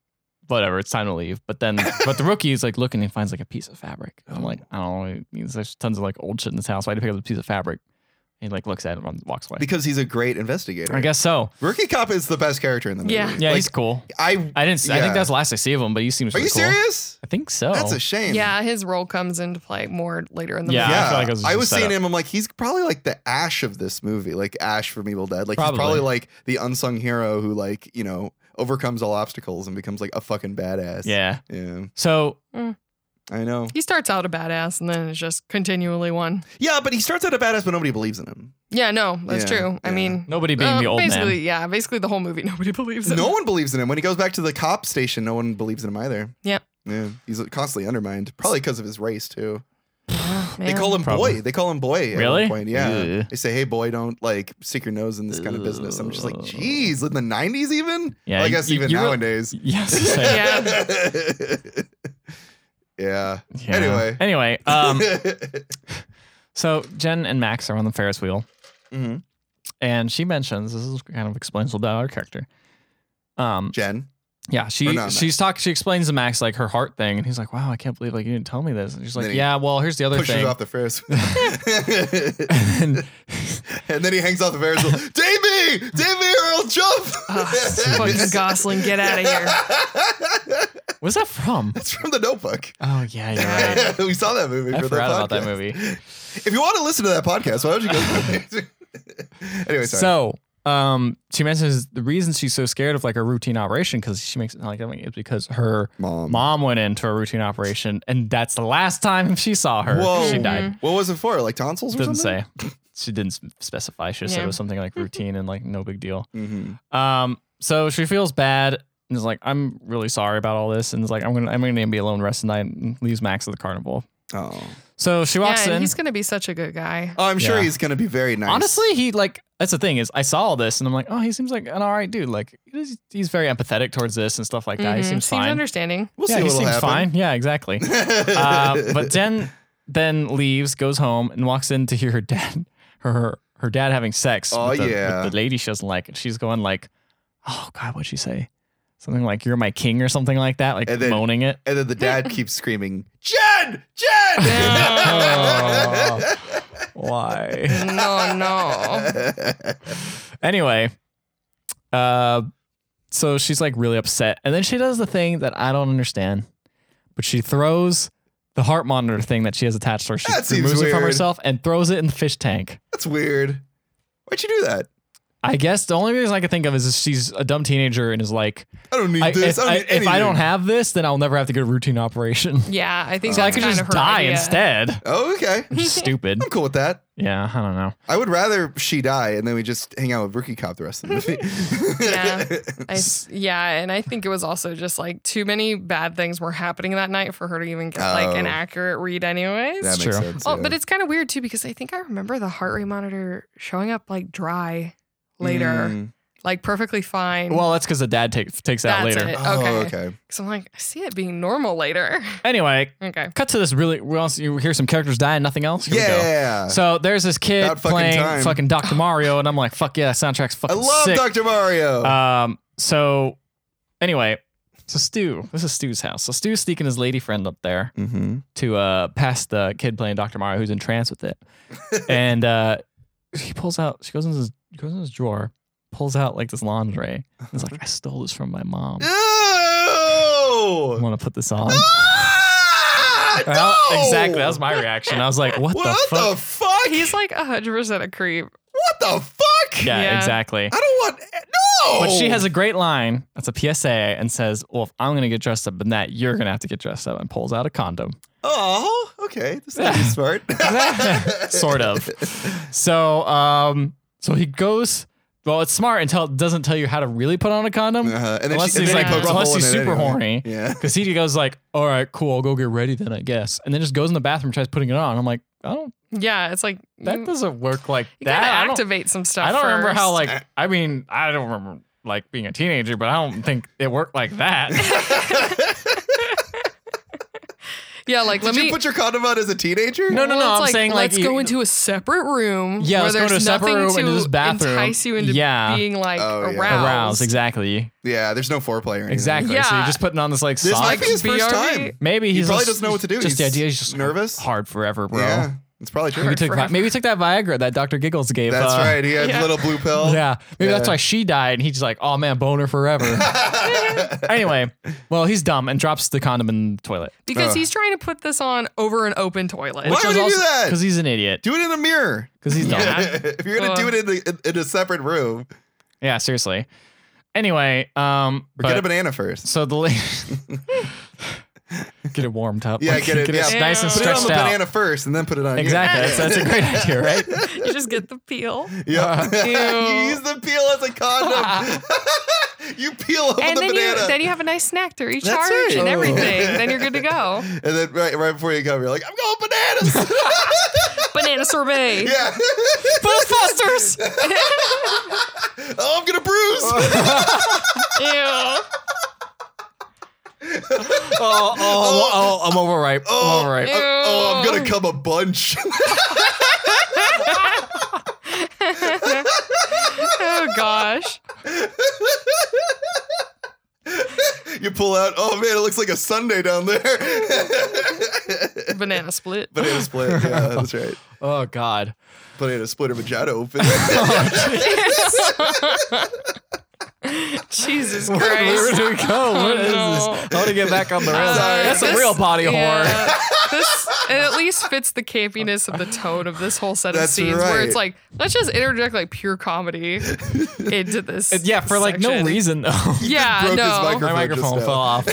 whatever, it's time to leave. But then, but the rookie is like looking and finds like a piece of fabric.
Oh.
I'm like, I don't know. It means there's tons of like old shit in this house. Why do you pick up a piece of fabric? And he like looks at it and walks away.
Because he's a great investigator.
I guess so.
Rookie Cop is the best character in the movie.
Yeah.
Yeah,
Like,
he's cool.
I.
I didn't. I
yeah.
think that's the last I see of him. But he seems.
Are
really
you
cool. Oh.
serious?
I think so.
That's a shame.
Yeah, his role comes into play more later in the
Yeah.
movie.
I feel like it was just
I
a
was seeing
setup.
him. I'm like, he's probably like the Ash of this movie, like Ash from Evil Dead. Like
Probably.
he's probably like the unsung hero who, like, you know, overcomes all obstacles and becomes like a fucking badass.
yeah.
yeah,
So
I know.
He starts out a badass and then it's just continually one.
Yeah, but he starts out a badass, but nobody believes in him.
Yeah, no, that's
Yeah,
true. I
yeah.
mean,
nobody being
uh,
the old
basically,
man.
yeah, basically the whole movie nobody believes him.
No one believes in him. When he goes back to the cop station, no one believes in him either.
Yeah.
Yeah, he's constantly undermined, probably because of his race too. They
Man.
call him
Probably.
boy. They call him boy. At
Really?
One point. Yeah.
Ew.
They say, hey, boy, don't like stick your nose in this kind of business. I'm just like,
Ew.
geez, in the 90s even?
Yeah,
Well, I
you-
guess
you-
even
you really-
nowadays.
Yes.
Yeah.
Yeah.
Yeah.
Anyway.
Anyway, um,
mm-hmm.
so Jen and Max are on the Ferris wheel,
Mm-hmm.
and she mentions this is kind of explains a little bit about her character. Um,
Jen.
yeah,
Or
she
not
she's talk she explains to Max like her heart thing, and he's like, "Wow, I can't believe like you didn't tell me this." And she's
Then
like,
he
"Yeah, well, here's the other
Pushes
thing."
off the Ferris
and
and then he hangs off the Ferris wheel. Davey! Davey or I'll jump!
Ah, Fucking Gosling, get out of here.
what's that from?
That's from the notebook.
Oh yeah, you're right.
we saw that movie.
I
for the
forgot about that
podcast.
movie.
If you want to listen to that podcast, why don't you go? anyway, sorry.
So, um, she mentions the reason she's so scared of like a routine operation because she makes it sound like I mean, it's because her
Mom.
mom went into a routine operation and that's the last time she saw her.
Whoa.
She died.
What was it for? Like tonsils or
Didn't
something?
say. She didn't s- specify. She just said
Yeah.
it was something like routine and like no big deal.
Mhm.
Um, so she feels bad and is like, "I'm really sorry about all this," and is like, "I'm gonna I'm gonna be alone the rest of the night." And leaves Max at the carnival.
Oh.
So she walks
Yeah, and
in.
he's gonna be such a good guy.
Oh, I'm sure
Yeah.
he's going to be very nice.
Honestly, he like that's the thing is I saw all this and I'm like, oh, he seems like an all right dude. Like he's, he's very empathetic towards this and stuff like that. He
Mhm.
seems fine.
understanding.
we'll
yeah,
see
he
what'll
seems
happen.
fine. Yeah, exactly. uh, but then then leaves, goes home, and walks in to hear her dad, her her, her dad having sex.
Aw,
with the,
Oh, yeah.
with the lady she doesn't like, and she's going like, oh god, what'd she say? Something like "You're my king" or something like that, like
And then-
moaning it.
and then the dad keeps screaming, Jen! Jen!
Oh, why?
No, no.
Anyway, uh, so she's like really upset, and then she does the thing that I don't understand, but she throws the heart monitor thing that she has attached to her. She
That seems
removes it from
weird.
herself and throws it in the fish tank.
That's weird. Why'd you do that?
I guess the only reason I can think of is if she's a dumb teenager and is like,
I don't need
I,
this.
if,
I don't
I,
need
if I don't
anything.
have this, then I'll never have to go to routine operation.
Yeah, I think
So I
that's
could
kind
just
of her
die
idea.
instead.
Oh, okay.
Which is stupid.
I'm cool with that.
Yeah, I don't know.
I would rather she die and then we just hang out with Rookie Cop the rest of the movie.
Yeah. I, yeah, and I think it was also just like too many bad things were happening that night for her to even get like an
Oh.
accurate read, anyways.
That makes
true.
sense.
oh,
yeah.
but it's kind of weird too because I think I remember the heart rate monitor showing up like dry later,
Mm.
like perfectly fine.
Well, that's because the dad take, takes out
That's
later.
it.
Oh,
Okay.
okay.
so I'm like, I see it being normal later.
Anyway,
okay.
cut to this really. We also you hear some characters die and nothing else. Here we go.
yeah.
So there's this kid
About fucking
playing
time.
fucking Dr. Mario, and I'm like, fuck yeah, soundtrack's
I
fucking
love
sick.
Dr. Mario.
Um. So, anyway, so Stu, this is Stu's house. So Stu's sneaking his lady friend up there
mm-hmm.
to uh pass the kid playing Dr. Mario who's in trance with it, and uh she pulls out. She goes in his goes in his drawer, pulls out like this lingerie. And it's like I stole this from my mom. I
Ew!
want to put this on.
Ah,
Well,
no!
exactly. That was my reaction. I was like, what,
What
the fuck?
fuck?
He's like 100% a creep.
what the fuck?
yeah,
Yeah.
exactly.
I don't want no.
But she has a great line. That's a PSA, and says, "Well, if I'm gonna get dressed up in that, you're gonna have to get dressed up." And pulls out a condom.
Oh, okay. This is Uh-huh. smart.
sort of. So, um, so he goes. Well, it's smart until it doesn't tell you how to really put on a condom.
Uh-huh. And then
unless
she- and
he's
then he
like,
pokes a
unless
hole
he's
in it
super
anyway.
horny.
Yeah.
Because he goes like, "All right, cool, I'll go get ready then, I guess," and then just goes in the bathroom, tries putting it on. I'm like, I don't.
Yeah, it's like
That
you,
doesn't work like
Mm. you
that.
gotta
I don't-
activate some stuff.
I don't remember how
first.
like I mean I don't remember like being a teenager, but I don't think it worked like that.
yeah, like
Did
let
you
me
put your condom on as a teenager?
No, no,
Well,
no.
it's
I'm saying like
let's
you-
go into a separate room.
Yeah,
where
let's go
there's
into a separate
nothing
room
to
and do this bathroom.
entice you into
Yeah.
being like
Oh, yeah.
aroused.
arouse exactly,
Yeah, there's no foreplay or anything.
exactly. So you're
Yeah.
just putting on this like
This
sock.
might be his first
BRB.
time.
Maybe
He
he's
probably
just-
doesn't know what to do.
Just
He's
the idea is just
nervous.
hard forever, bro.
Yeah, it's probably true.
Maybe he took
forever.
Vi- maybe he took that Viagra that Dr. Giggles gave.
That's
uh,
right. He had
Yeah.
little blue pill.
Yeah, maybe that's
Yeah.
why she died, and he's like, "Oh man, boner forever." anyway, well, he's dumb and drops the condom in the toilet.
Because
Ugh.
he's trying to put this on over an open toilet.
Why would he do that?
Because he's an idiot.
Do it in a mirror.
Because he's dumb.
if you're gonna
Uh.
do it in, the, in, in a separate room,
Yeah, seriously. Anyway, um,
or get a
but,
banana first.
so the lady get it warmed up.
Yeah, get it- yeah.
nice and
Put
Put it on
stretched
the
out.
banana first, and then put it on. you.
Exactly. That's, that's a great idea, right? Oh,
You just get the peel.
Yep.
Ew.
you use the peel as a condom. you peel open
And
the
then
banana.
you then you have a nice snack to recharge
right.
and
Oh.
everything. then you're good to go.
and then right, right before you come, you're like, I'm going bananas.
Banana sorbet.
yeah.
Ghostbusters. Oh.
oh, I'm gonna bruise.
Ew.
oh, oh, oh, I'm overripe. I'm overripe.
Ew.
oh, I'm gonna come a bunch.
Oh gosh.
you pull out. Oh man, it looks like a Sunday down there.
Banana split.
Banana split. Yeah, that's right.
Oh God.
Banana splitter vagina open.
Jesus
Where
Christ.
do we go? What
Oh,
is
no.
this? How to get back on the rails?
Uh,
That's a
this-
real body horror.
yeah, This it at least fits the campiness of the tone of this whole set of
That's
scenes where
right.
it's like, let's just interject like pure comedy into this.
Uh, Yeah, for like no
section.
reason though.
Yeah,
broke his
no.
microphone.
My microphone
just
fell
now.
off.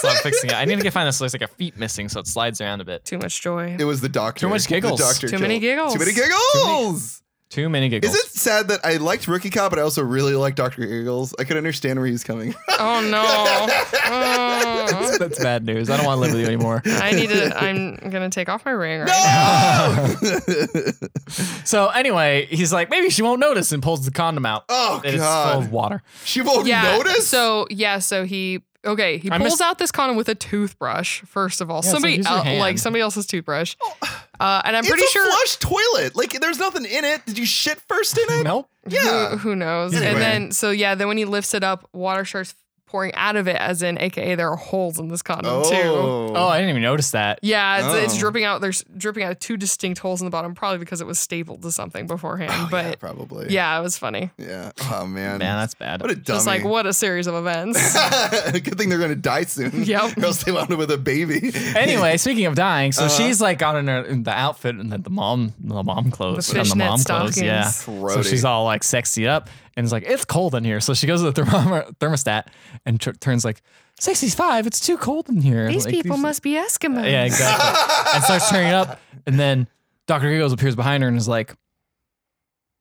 so I'm fixing it. I need to get find this. There's like a feet missing, so it slides around a bit.
Too much joy.
it was the doctor.
Too much
The
giggles.
doctor
Too many
killed- Too many
giggles.
giggles.
Too many giggles.
Is it sad that I liked Rookie Cop, but I also really liked Doctor Giggles? I could understand where he's coming. from.
Oh no. Oh.
That's bad news. I don't want to live with you anymore.
I need to I'm gonna take off my ring right
So anyway, he's like, maybe she won't notice, and pulls the condom out.
Oh,
and It's
God.
full of water.
she won't
now. Yeah.
notice.
So yeah, so he okay, he
I
pulls
missed-
out this condom with a toothbrush, first of all.
Yeah, so
somebody
use your
el-
hand.
like somebody else's toothbrush. Uh, and I'm
Oh, it's
pretty
a
sure
flush toilet. Like there's nothing in it. Did you shit first in it?
Nope.
Yeah.
who, who knows?
Either
and
way.
then so yeah, then when he lifts it up, water starts pouring out of it, as in AKA there are holes in this condom too.
Oh, I didn't even notice that.
Yeah, it's, it's
Oh.
dripping out. There's dripping out of two distinct holes in the bottom, probably because it was stapled to something beforehand.
Oh, yeah,
but
probably.
yeah, it was funny.
Yeah. Oh man.
Man, that's bad.
what a dummy.
Just like what a series of events.
Good thing they're gonna die soon.
Yep.
Or else they wound up with a baby.
anyway, speaking of dying, so
Uh-huh.
she's like got in, her, in the outfit and the, the mom, the mom clothes,
The
and the
fishnet
mom clothes, yeah.
stockings.
So she's all like sexy up, and it's like it's cold in here. So she goes to the thermom- thermostat and tr- turns like sixty-five. It's too cold in here. Like,
be Eskimos.
Yeah, exactly. and starts turning up, and then Doctor Giggles appears behind her and is like,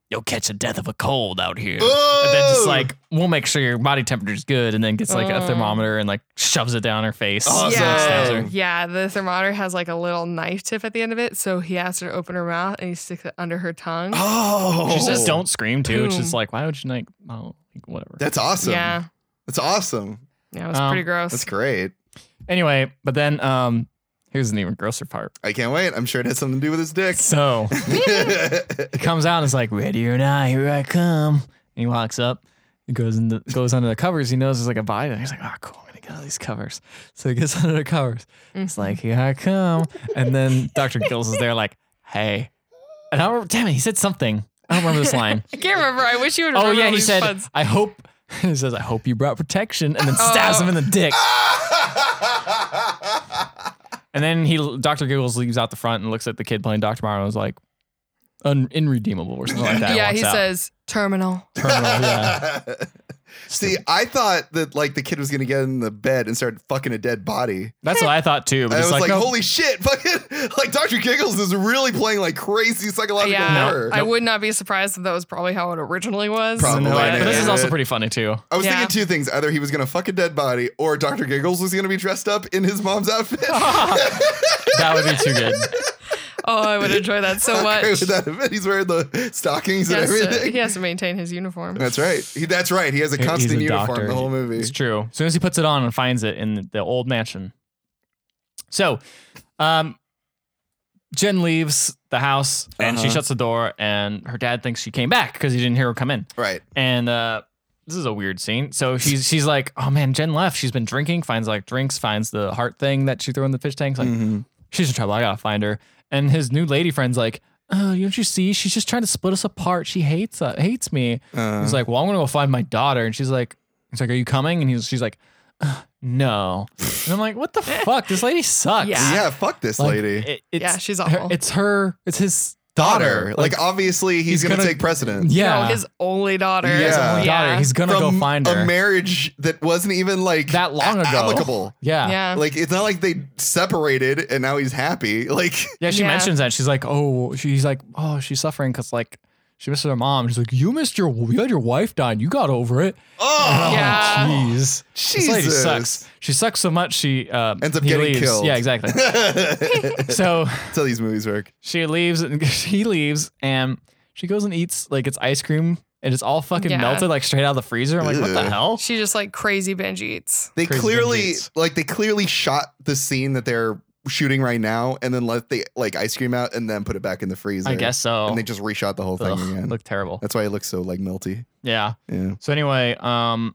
"You'll catch the death of a cold out here." And then just
Oh!
like, "We'll make sure your body temperature's good," and then gets like a
Oh.
thermometer and like shoves it down her face.
Awesome.
So it stabs her.
Yeah, yeah, the thermometer has like a little knife tip at the end of it, so he asks her to open her mouth and he sticks it under her tongue.
Oh.
She says, "Don't scream too." It's just
Boom.
like, why would you like? Oh, like, whatever.
That's awesome.
Yeah,
That's awesome.
yeah, it was
Um,
pretty gross.
That's great.
anyway, but then um, here's an even grosser part.
I can't wait. I'm sure it has something to do with his dick.
So he comes out and is like, "Ready or not, here I come." And he walks up, he goes into goes under the covers. He knows there's like a body there. He's like, "Oh, cool, I'm gonna get all these covers." So he gets under the covers. It's
Mm-hmm.
like, "Here I come," and then Doctor Gills is there, like, "Hey," and I don't remember, damn it, he said something. I don't remember this line.
I can't remember. I wish you would.
oh
remember
yeah,
all
he
these
said,
puns. Oh.
"I hope." He says, "I hope you brought protection," and then stabs him in the dick. And then he, Doctor Giggles, leaves out the front and looks at the kid playing Doctor Mario and was like, Un- "Inredeemable" or something like that. and
yeah,
walks
he
out.
says terminal.
Terminal, yeah.
See, I thought that like the kid was gonna get in the bed and start fucking a dead body.
That's what I thought too. But
I
it's
was like,
like, no,
holy shit, fucking like Dr. Giggles is really playing like crazy psychological
Yeah,
horror.
I would not be surprised if that was probably how it originally was.
Probably.
no,
Right,
but this
yeah.
is also pretty funny too.
I was
Yeah.
thinking two things. Either he was gonna fuck a dead body or Dr. Giggles was gonna be dressed up in his mom's outfit. How
That would be too good.
Oh, I would enjoy that so much.
great would that have been? He's wearing the stockings
He
and
has, to,
everything.
he has to maintain his uniform.
That's right. He, that's right. He has a
He's
constant
a
uniform
doctor.
the whole movie.
It's true. As soon as he puts it on and finds it in the old mansion. So, um, Jen leaves the house and she
Uh-huh.
shuts the door, and her dad thinks she came back because he didn't hear her come in.
Right.
and uh this is a weird scene. So she's she's like, oh man, Jen left. She's been drinking. Finds like drinks. Finds the heart thing that she threw in the fish tanks. Like
Mm-hmm.
she's in trouble. I gotta find her. And his new lady friend's like, oh, don't you see? She's just trying to split us apart. She hates uh, hates me.
Uh-huh.
He's like, well, I'm gonna go find my daughter. And she's like, he's like, are you coming? And he's she's like, "Uh, no. And I'm like, what the fuck? This lady sucks.
Yeah.
Yeah, fuck this
Like, eh,
lady.
it- it's
Yeah, she's
her-
awful.
it's her. It's his daughter.
Like, uh, obviously he's,
he's
gonna,
gonna-
take precedence.
yeah,
No, his only daughter.
Yeah. His only
daughter. He's gonna go
From
find her.
a marriage that wasn't even like
that long
a-
ago.
applicable.
Yeah.
yeah.
Like it's not like they separated and now he's happy. Like
Yeah, she
Yeah.
mentions that. She's like, oh, she's like, oh, she's suffering because like she misses her mom. She's like, you missed your, you had your wife die. and You got over it.
oh
Yeah.
jeez. This lady
Jesus.
sucks. She sucks so much she um,
Ends up
he
getting
leaves.
killed.
Yeah, exactly. so
that's how these movies work.
she leaves and she leaves and she goes and eats like it's ice cream and it's all fucking
Yeah.
melted like straight out of the freezer. I'm like, what the
Ew.
hell?
She just like crazy binge eats.
They
Crazy
clearly
Indians.
like they clearly shot the scene that they're shooting right now and then let the like ice cream out and then put it back in the freezer.
I guess so.
And they just reshot the whole thing
Ugh,
again.
looked terrible.
That's why it looks so like melty.
Yeah.
Yeah.
So anyway, um,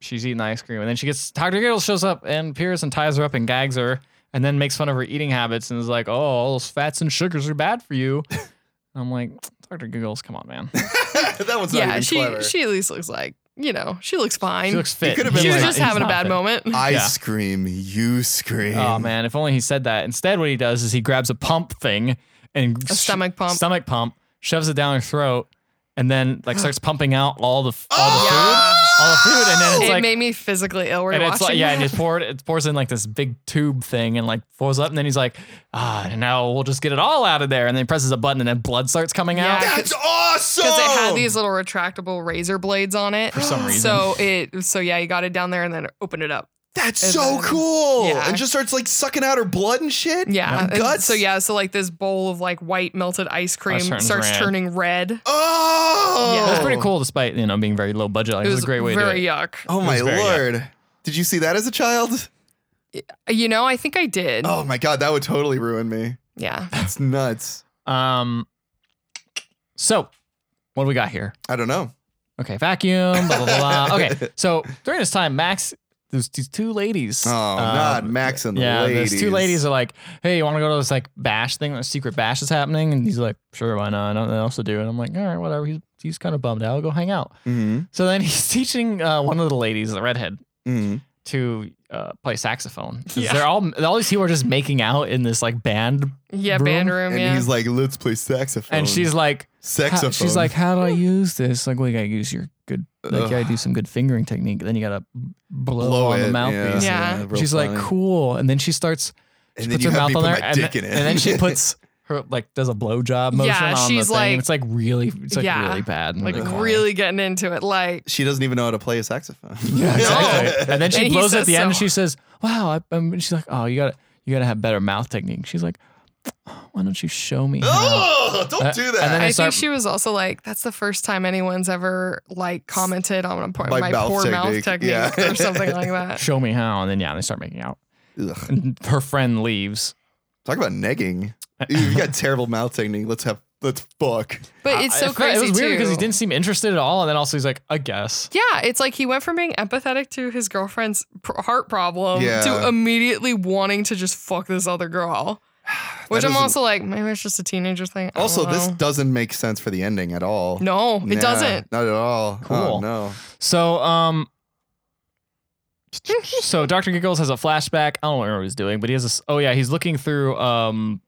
she's eating the ice cream, and then she gets Doctor Giggles shows up and appears and ties her up and gags her, and then makes fun of her eating habits and is like, "Oh, all those fats and sugars are bad for you." And I'm like, Doctor Giggles, come on, man.
that one's not
yeah,
even
she
clever.
she at least looks like you know she looks fine.
She looks fit.
could've been
she
She's
was
like-
just having a
not
bad
fit.
moment.
I
Yeah.
scream, you scream.
Oh man, if only he said that. Instead, what he does is he grabs a pump thing and
A stomach pump.
stomach pump, shoves it down her throat, and then like starts pumping out all the f-
Oh,
all the food, all the food, and then it's
it
like
made me physically ill. We're
and
watching.
it's like yeah, and
that.
it poured it pours in like this big tube thing and like pours up, and then he's like, ah, and now we'll just get it all out of there, and then he presses a button, and then blood starts coming out.
Yeah.
That's awesome.
because it had these little retractable razor blades on it. For
some reason.
So it so yeah, you got it down there and then opened it up.
That's
and
so
then-
cool.
yeah.
And just starts like sucking out her blood and shit.
Yeah.
And
and
guts.
So yeah, so like this bowl of like white melted ice cream
turns
starts
red.
turning red.
Oh.
Yeah.
It was pretty cool, despite you know being very low budget. Like, it, was a great way to do
very
it.
yuck.
Oh
It
my
was very good.
lord. Did you see that as a child?
You know, I think I did.
Oh my god, that would totally ruin me.
Yeah.
It's nuts.
Um, so what do we got here?
I don't know.
Okay, vacuum, blah, blah, blah, blah. Okay, so during this time, Max, there's these two ladies. um,
Oh, not Max and the
yeah,
ladies.
these two ladies are like, hey, you want to go to this like bash thing, this secret bash is happening? And he's like, sure, why not? I don't know what else to do. And I'm like, all right, whatever. He's, he's kind of bummed out. I'll go hang out.
hmm
So then he's teaching uh, one of the ladies, the redhead,
hmm
Oh, to uh, play saxophone. 'Cause
Yeah.
They're all, all these people are just making out in this like band.
Yeah,
Room,
band room.
And
yeah.
he's like, let's play saxophone.
And she's like,
Oh, saxophone.
How- she's like, how do I use this? Like, we gotta use your good, like, you
Ugh.
gotta do some good fingering technique. Then you gotta blow,
blow
on
it.
the mouthpiece.
Yeah.
real
She's like,
fine.
cool. And then she starts,
And then
puts
you
her mouth
have me
on
put
there,
my
and,
dick
th-
in it.
and then she puts her like does a blowjob motion
Yeah,
on
she's
the thing.
like-
and it's like really, it's like
Yeah.
really bad, and
like
really, corny.
really getting into it. Like
she doesn't even know how to play a saxophone.
Yeah, exactly. and then she
And he
blows at
says
the end.
so.
and She says, "Wow," I, I'm- and she's like, "Oh, you gotta, you gotta have better mouth technique." She's like, "Oh, "Why don't you show me?" How?
oh,
Uh,
don't do
and then
that.
I
I
start-
think she was also like, that's the first time anyone's ever like commented on a por-
My
my,
mouth
poor mouth
technique,
technique
yeah.
or something like that.
Show me how, and then yeah, they start making out.
Ugh.
And her friend leaves.
Talk about negging. Ew, you got terrible mouth technique. Let's have let's fuck.
But it's so
I-
crazy.
It was weird because he
too.
didn't seem interested at all, and then also he's like, "I guess."
Yeah, it's like he went from being empathetic to his girlfriend's pr- heart problem
Yeah.
to immediately wanting to just fuck this other girl. Which I'm
doesn't-
also like, maybe it's just a teenager thing. I
Also,
don't
this
know.
doesn't make sense for the ending at all.
no, it
Nah,
doesn't.
Not at all. Oh
Cool.
no.
So, um, so Doctor Giggles has a flashback. I don't remember what he's doing, but he has this. Oh yeah, he's looking through um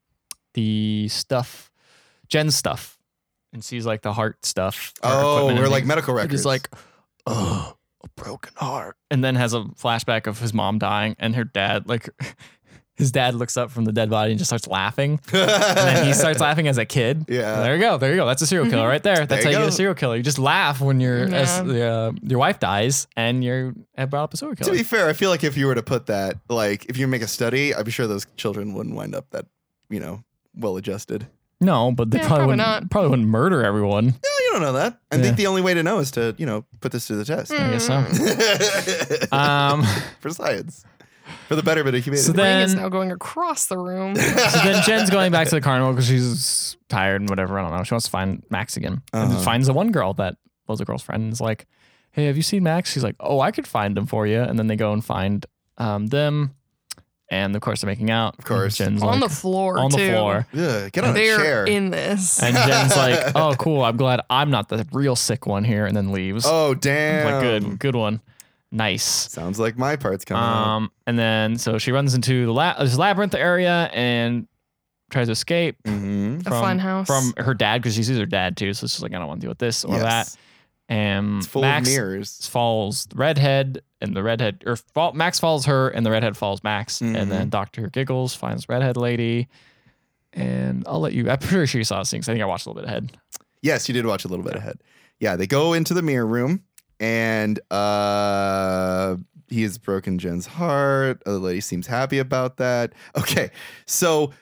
the stuff, Jen's stuff, and sees like the heart stuff. heart
Oh,
equipment and
we're like
things.
medical
And
records.
He's like, oh, a broken heart, and then has a flashback of his mom dying and her dad like. His dad looks up from the dead body and just starts laughing. And then he starts laughing as a kid.
Yeah.
And there you go. There you go. That's a serial killer right there. That's
Uh, you
how you
go.
get a serial killer. You just laugh when your
Yeah.
as the, uh, your wife dies and you're uh, brought up a serial
to
killer.
be fair, I feel like if you were to put that, like if you make a study, I'm sure those children wouldn't wind up that, you know, well adjusted. Eh,
no, but they
Yeah,
probably,
probably
wouldn't
not.
probably wouldn't murder everyone.
Yeah, you don't know that. I
Yeah.
think the only way to know is to, you know, put this to the test.
I guess
Hmm.
so. Um,
for science. For the betterment of humanity.
so
The ring is
then
now going across the room.
so then Jen's going back to the carnival because she's tired and whatever. I don't know. She wants to find Max again.
Uh-huh.
And finds the one girl that was a girlfriend and is like, Hey, have you seen Max? She's like, Oh, I could find him for you. And then they go and find um, them. And of course, they're making out. Of
course.
Jen's
on
like-
the floor.
on the
too.
floor.
Ugh, get on a
They're
chair.
in this.
And Jen's like, "Oh, cool. I'm glad I'm not the real sick one here." And then leaves.
oh,
I'm
damn.
like good, good one, nice.
Sounds like my part's coming up.
Um, and then so she runs into the la- this labyrinth area and tries to escape
Mhm.
A fun house.
from her dad because she sees her dad too. So she's like, "I don't want to deal with this or that."
Yes.
And
It's full
Max
of mirrors.
follows the redhead, and the redhead or fall- Max follows her, and the redhead follows Max,
Mhm.
and then Doctor Giggles finds redhead lady. And I'll let you. I'm pretty sure you saw this thing. 'cause I think I watched a little bit ahead.
Yes, you did watch a little bit ahead. Yeah, they go into the mirror room and uh he has broken Jen's heart. The lady seems happy about that. Okay. So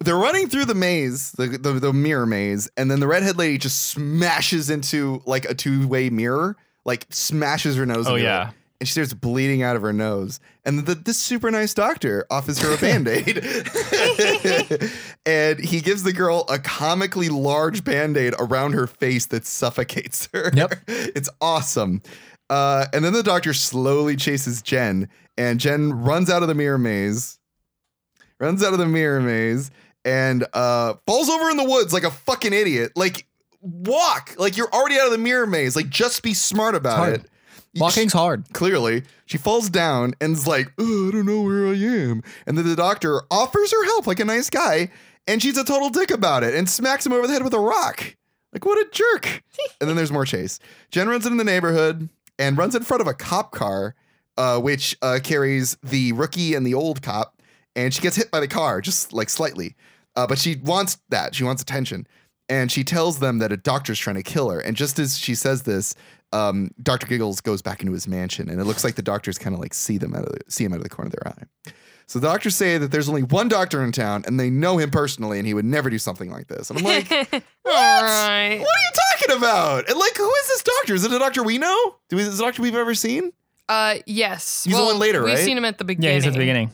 they're running through the maze, the, the the mirror maze, and then the redhead lady just smashes into like a two way mirror, like smashes her nose.
Oh,
into
yeah.
it, and she starts bleeding out of her nose. And the, this super nice doctor offers her a band aid, and he gives the girl a comically large band aid around her face that suffocates her.
Yep.
it's awesome. Uh, and then the doctor slowly chases Jen, and Jen runs out of the mirror maze runs out of the mirror maze and uh falls over in the woods like a fucking idiot. Like walk, like you're already out of the mirror maze. Like just be smart about
hard.
it.
Walking's hard.
Clearly, she falls down and's like, oh, I don't know where I am. And then the doctor offers her help like a nice guy, and she's a total dick about it and smacks him over the head with a rock. Like, what a jerk. and then there's more chase. Jen runs into the neighborhood and runs in front of a cop car, uh, which uh, carries the rookie and the old cop. And she gets hit by the car, just like slightly. Uh, but she wants that. She wants attention. And she tells them that a doctor's trying to kill her. And just as she says this, um, Dr. Giggles goes back into his mansion. And it looks like the doctors kind of like see them out of the, see him out of the corner of their eye. So the doctors say that there's only one doctor in town and they know him personally and he would never do something like this. And I'm like,
All
what? What are
right.
you talking about? And like, who is this doctor? Is it a doctor we know? Do we, is it a doctor we've ever seen?
Uh, yes.
He's the one later,
We've
right?
seen him at the beginning.
Yeah, he's at the beginning.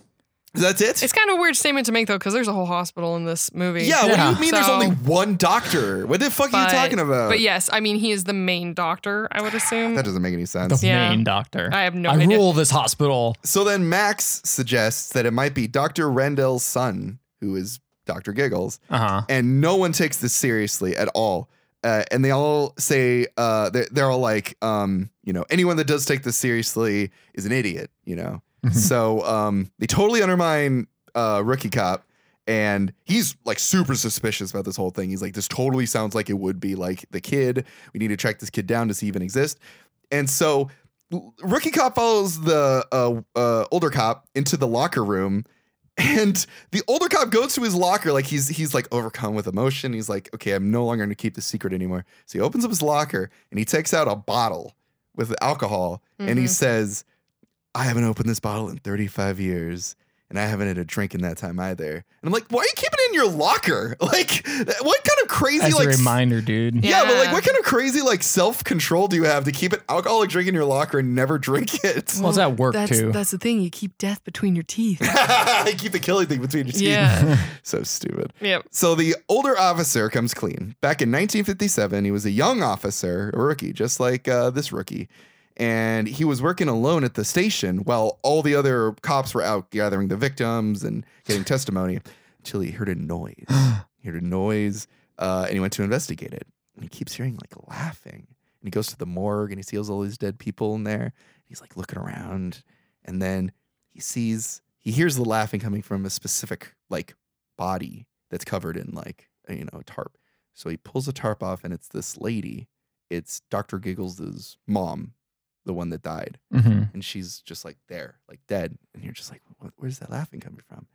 That's it?
It's kind of a weird statement to make though, because there's a whole hospital in this movie.
yeah, what do
Yeah.
you mean there's
So-
only one doctor? What the fuck are you
But-
talking about?
But yes, I mean he is the main doctor. I would assume.
That doesn't make any sense.
Yeah.
Main doctor.
I have no
I
idea.
rule this hospital.
So then Max suggests that it might be Dr. Rendell's son, who is Dr. Giggles,
Uh huh.
and no one takes this seriously at all. Uh, and they all say uh, they're, they're all like, um, you know, anyone that does take this seriously is an idiot, you know. so um, they totally undermine uh, Rookie Cop, and he's like super suspicious about this whole thing. He's like, this totally sounds like it would be like the kid. We need to track this kid down to see if he even exists. And so Rookie Cop follows the uh, uh, older cop into the locker room and the older cop goes to his locker, like he's he's like overcome with emotion. He's like, okay, I'm no longer gonna keep this secret anymore. So he opens up his locker and he takes out a bottle with alcohol and he
Mhm.
says, I haven't opened this bottle in 35 years. And I haven't had a drink in that time either. And I'm like, why are you keeping it in your locker? Like, that- what kind of crazy
As
like
a
s-
reminder, dude.
yeah, but like,
Yeah.
what kind of crazy like self control do you have to keep an alcoholic drink in your locker and never drink it?
Well, it's at work
that's
too.
that's the thing. You keep death between your teeth.
keep the killing thing between your teeth.
yeah.
So stupid.
yep.
So the older officer comes clean. Back in 1957, he was a young officer, a rookie, just like uh, this rookie. And he was working alone at the station while all the other cops were out gathering the victims and getting testimony until he heard a noise. he heard a noise uh, and he went to investigate it. And he keeps hearing like laughing. And he goes to the morgue and he sees all these dead people in there. He's like looking around. And then he sees, he hears the laughing coming from a specific like body that's covered in like a- you know a tarp. So he pulls a tarp off, and it's this lady. It's Doctor Giggles's mom, the one that died,
hmm
and she's just like there, like dead. And you're just like, what, where's that laughing coming from?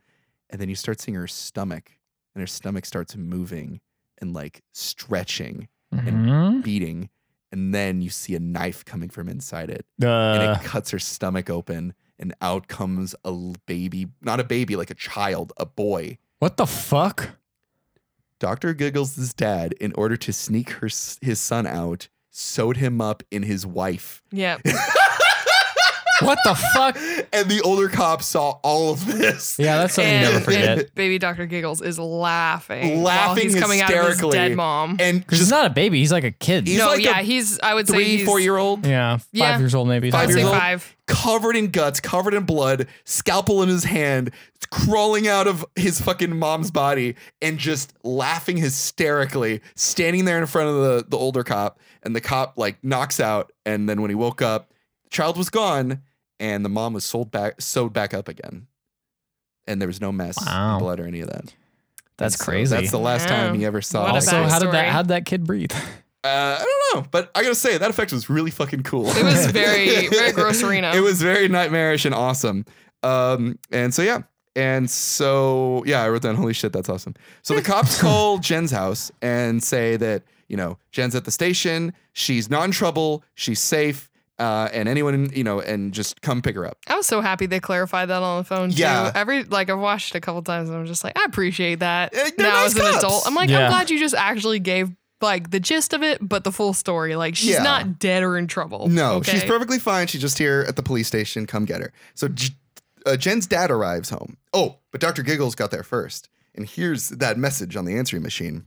And then you start seeing her stomach, and her stomach starts moving and like stretching,
hmm
beating, and then you see a knife coming from inside it and
Uh,
it cuts her stomach open and out comes a l- baby not a baby like a child a boy
what the fuck?
Dr. Giggles' dad, in order to sneak her, his son out, sewed him up in his wife.
Yep.
What the fuck?
And the older cop saw all of this.
Yeah, that's something
and,
you never forget.
and baby Dr. Giggles is laughing. while
Laughing
he's coming out of his
hysterically.
dead mom.
And
Because he's not a baby. He's like a kid.
He's
no,
like
yeah,
a
he's I would say
three,
he's,
four year old,
yeah, five
Yeah.
years old maybe.
Five
I'd
something.
say
years old.
five.
covered in guts, covered in blood, scalpel in his hand, crawling out of his fucking mom's body, and just laughing hysterically, standing there in front of the, the older cop. And the cop like knocks out. And then when he woke up, the child was gone, and the mom was sold back, sewed back up again. And there was no mess,
Wow.
blood, or any of that.
That's
So
crazy.
That's the last time
Yeah.
he ever saw.
What
it.
a
also, how did
backstory.
that? How did that kid breathe?
Uh, I don't know, but I gotta say that effect was really fucking cool.
It was very- very gross arena.
It was very nightmarish and awesome. Um, and so yeah, and so yeah, I wrote down. Holy shit, that's awesome. So the cops call Jen's house and say that you know Jen's at the station. She's not in trouble. She's safe. uh, and anyone you know, and just come pick her up.
I was so happy they clarified that on the phone too.
Yeah.
Every like I've watched it a couple times and I'm just like, I appreciate that.
Eh, they're
now
nice
as an
cops.
adult, I'm like,
Yeah.
I'm glad you just actually gave like the gist of it, but the full story. Like she's
Yeah.
not dead or in trouble.
No,
okay?
she's perfectly fine. She's just here at the police station. Come get her. So J- uh, Jen's dad arrives home. Oh, but Dr. Giggles got there first and hears that message on the answering machine.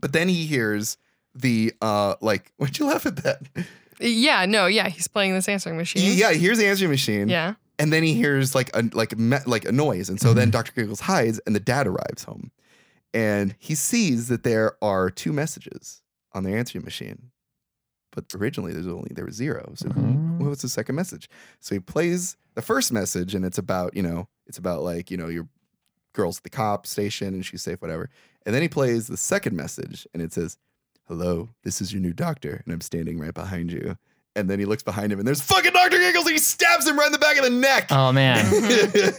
but then he hears the, uh, like, why'd you laugh at that?
Yeah, no, yeah, he's playing this answering machine.
Yeah, he hears the answering machine.
Yeah.
And then he hears like a like me, like a noise, and so then Doctor Giggles hides, and the dad arrives home, and he sees that there are two messages on the answering machine, but originally there's only there was zero. So what was the second message? So he plays the first message, and it's about you know it's about like you know your girl's at the cop station and she's safe, whatever. And then he plays the second message, and it says, "Hello, this is your new doctor, and I'm standing right behind you." And then he looks behind him, and there's fucking Doctor Giggles, and he stabs him right in the back of the neck.
Oh man.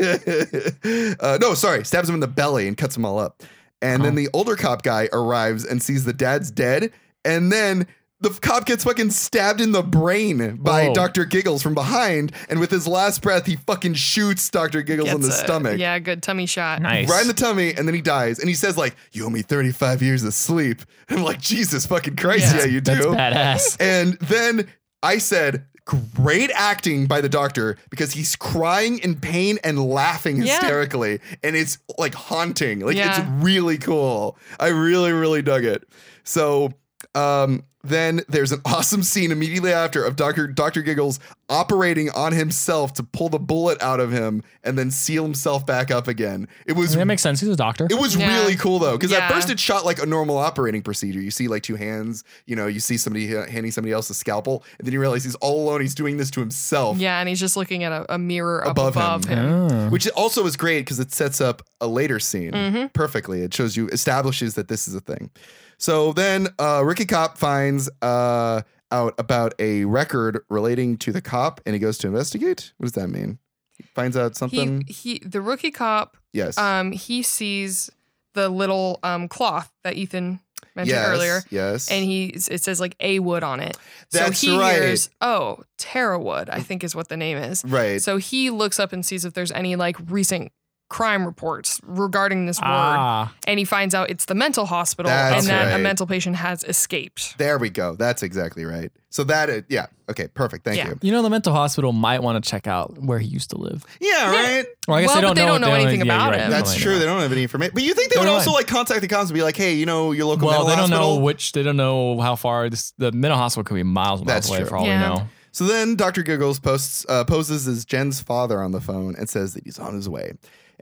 uh, no, sorry, stabs him in the belly and cuts him all up. And then the older cop guy arrives and sees the dad's dead, and then the f- cop gets fucking stabbed in the brain by
Whoa.
Dr. Giggles from behind, and with his last breath, he fucking shoots Dr. Giggles in
Gets
the
a-
stomach.
Yeah, good tummy shot.
Nice.
Right in the tummy, and then he dies. And he says, like, you owe me 35 years of sleep. And I'm like, Jesus fucking Christ, yeah,
Yeah.
you do.
That's badass.
And then I said, great acting by the doctor because he's crying in pain and laughing
Yeah.
hysterically. And it's like haunting. Like
Yeah.
it's really cool. I really, really dug it. So um, then there's an awesome scene immediately after of Dr. Dr. Giggles operating on himself to pull the bullet out of him and then seal himself back up again. It was
that makes sense. He's a doctor.
it was
Yeah.
really cool though, because at
Yeah.
first it shot like a normal operating procedure. You see like two hands, you know, you see somebody ha- handing somebody else a scalpel, and then you realize he's all alone. He's doing this to himself,
Yeah, and he's just looking at a, a mirror up
Above
above,
him.
him.
Oh.
which also is great because it sets up a later scene
Mm-hmm.
perfectly. It shows you establishes that this is a thing. So then uh, Ricky Cop finds uh, out about a record relating to the cop, and he goes to investigate. What does that mean? He finds out
He
something.
he the rookie cop,
yes.
um, he sees the little um cloth that Ethan mentioned
yes.
earlier.
Yes.
And he it says like a wood on it.
That's
so he
right.
hears, oh, Tara Wood, I think is what the name is.
right.
So he looks up and sees if there's any like recent crime reports regarding this word.
Ah.
And he finds out it's the mental hospital
That's
and that
right.
a mental patient has escaped.
There we go. That's exactly right. So that is, yeah. Okay, perfect. Thank
Yeah.
you.
You know, the mental hospital might want to check out where he used to live.
Yeah, right.
Well, I guess
Well,
they don't
but they
know,
don't know
what
anything
yeah, you're
about
right.
him.
They
That's
don't
true.
know.
They don't have any information. But you think they
They're
would
not.
also like contact the cops and be like, "Hey, you know, your local
Well,
mental
they don't
hospital."
know which. They don't know how far this, the mental hospital could be miles and miles
That's
away
true.
for all
Yeah.
we know.
so then Dr. Giggles posts uh, poses as Jen's father on the phone and says that he's on his way.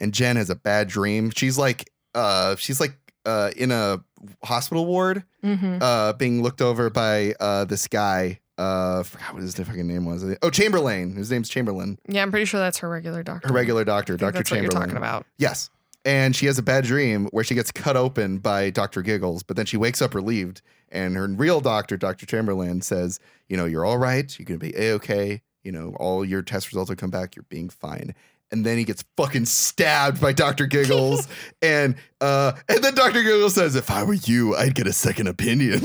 And Jen has a bad dream. She's like uh she's like uh in a hospital ward
Mm-hmm.
uh being looked over by uh this guy uh forgot what his fucking name was. Oh, Chamberlain. His name's Chamberlain.
Yeah, I'm pretty sure that's her regular doctor.
Her regular doctor,
I think
Dr.
That's
Chamberlain.
what you're talking about.
Yes. And she has a bad dream where she gets cut open by Dr. Giggles, but then she wakes up relieved. And her real doctor, Dr. Chamberlain, says, You know, you're all right. You're going to be A okay. You know, all your test results will come back. You're being fine. And then he gets fucking stabbed by Dr. Giggles. and uh, and then Dr. Giggles says, If I were you, I'd get a second opinion.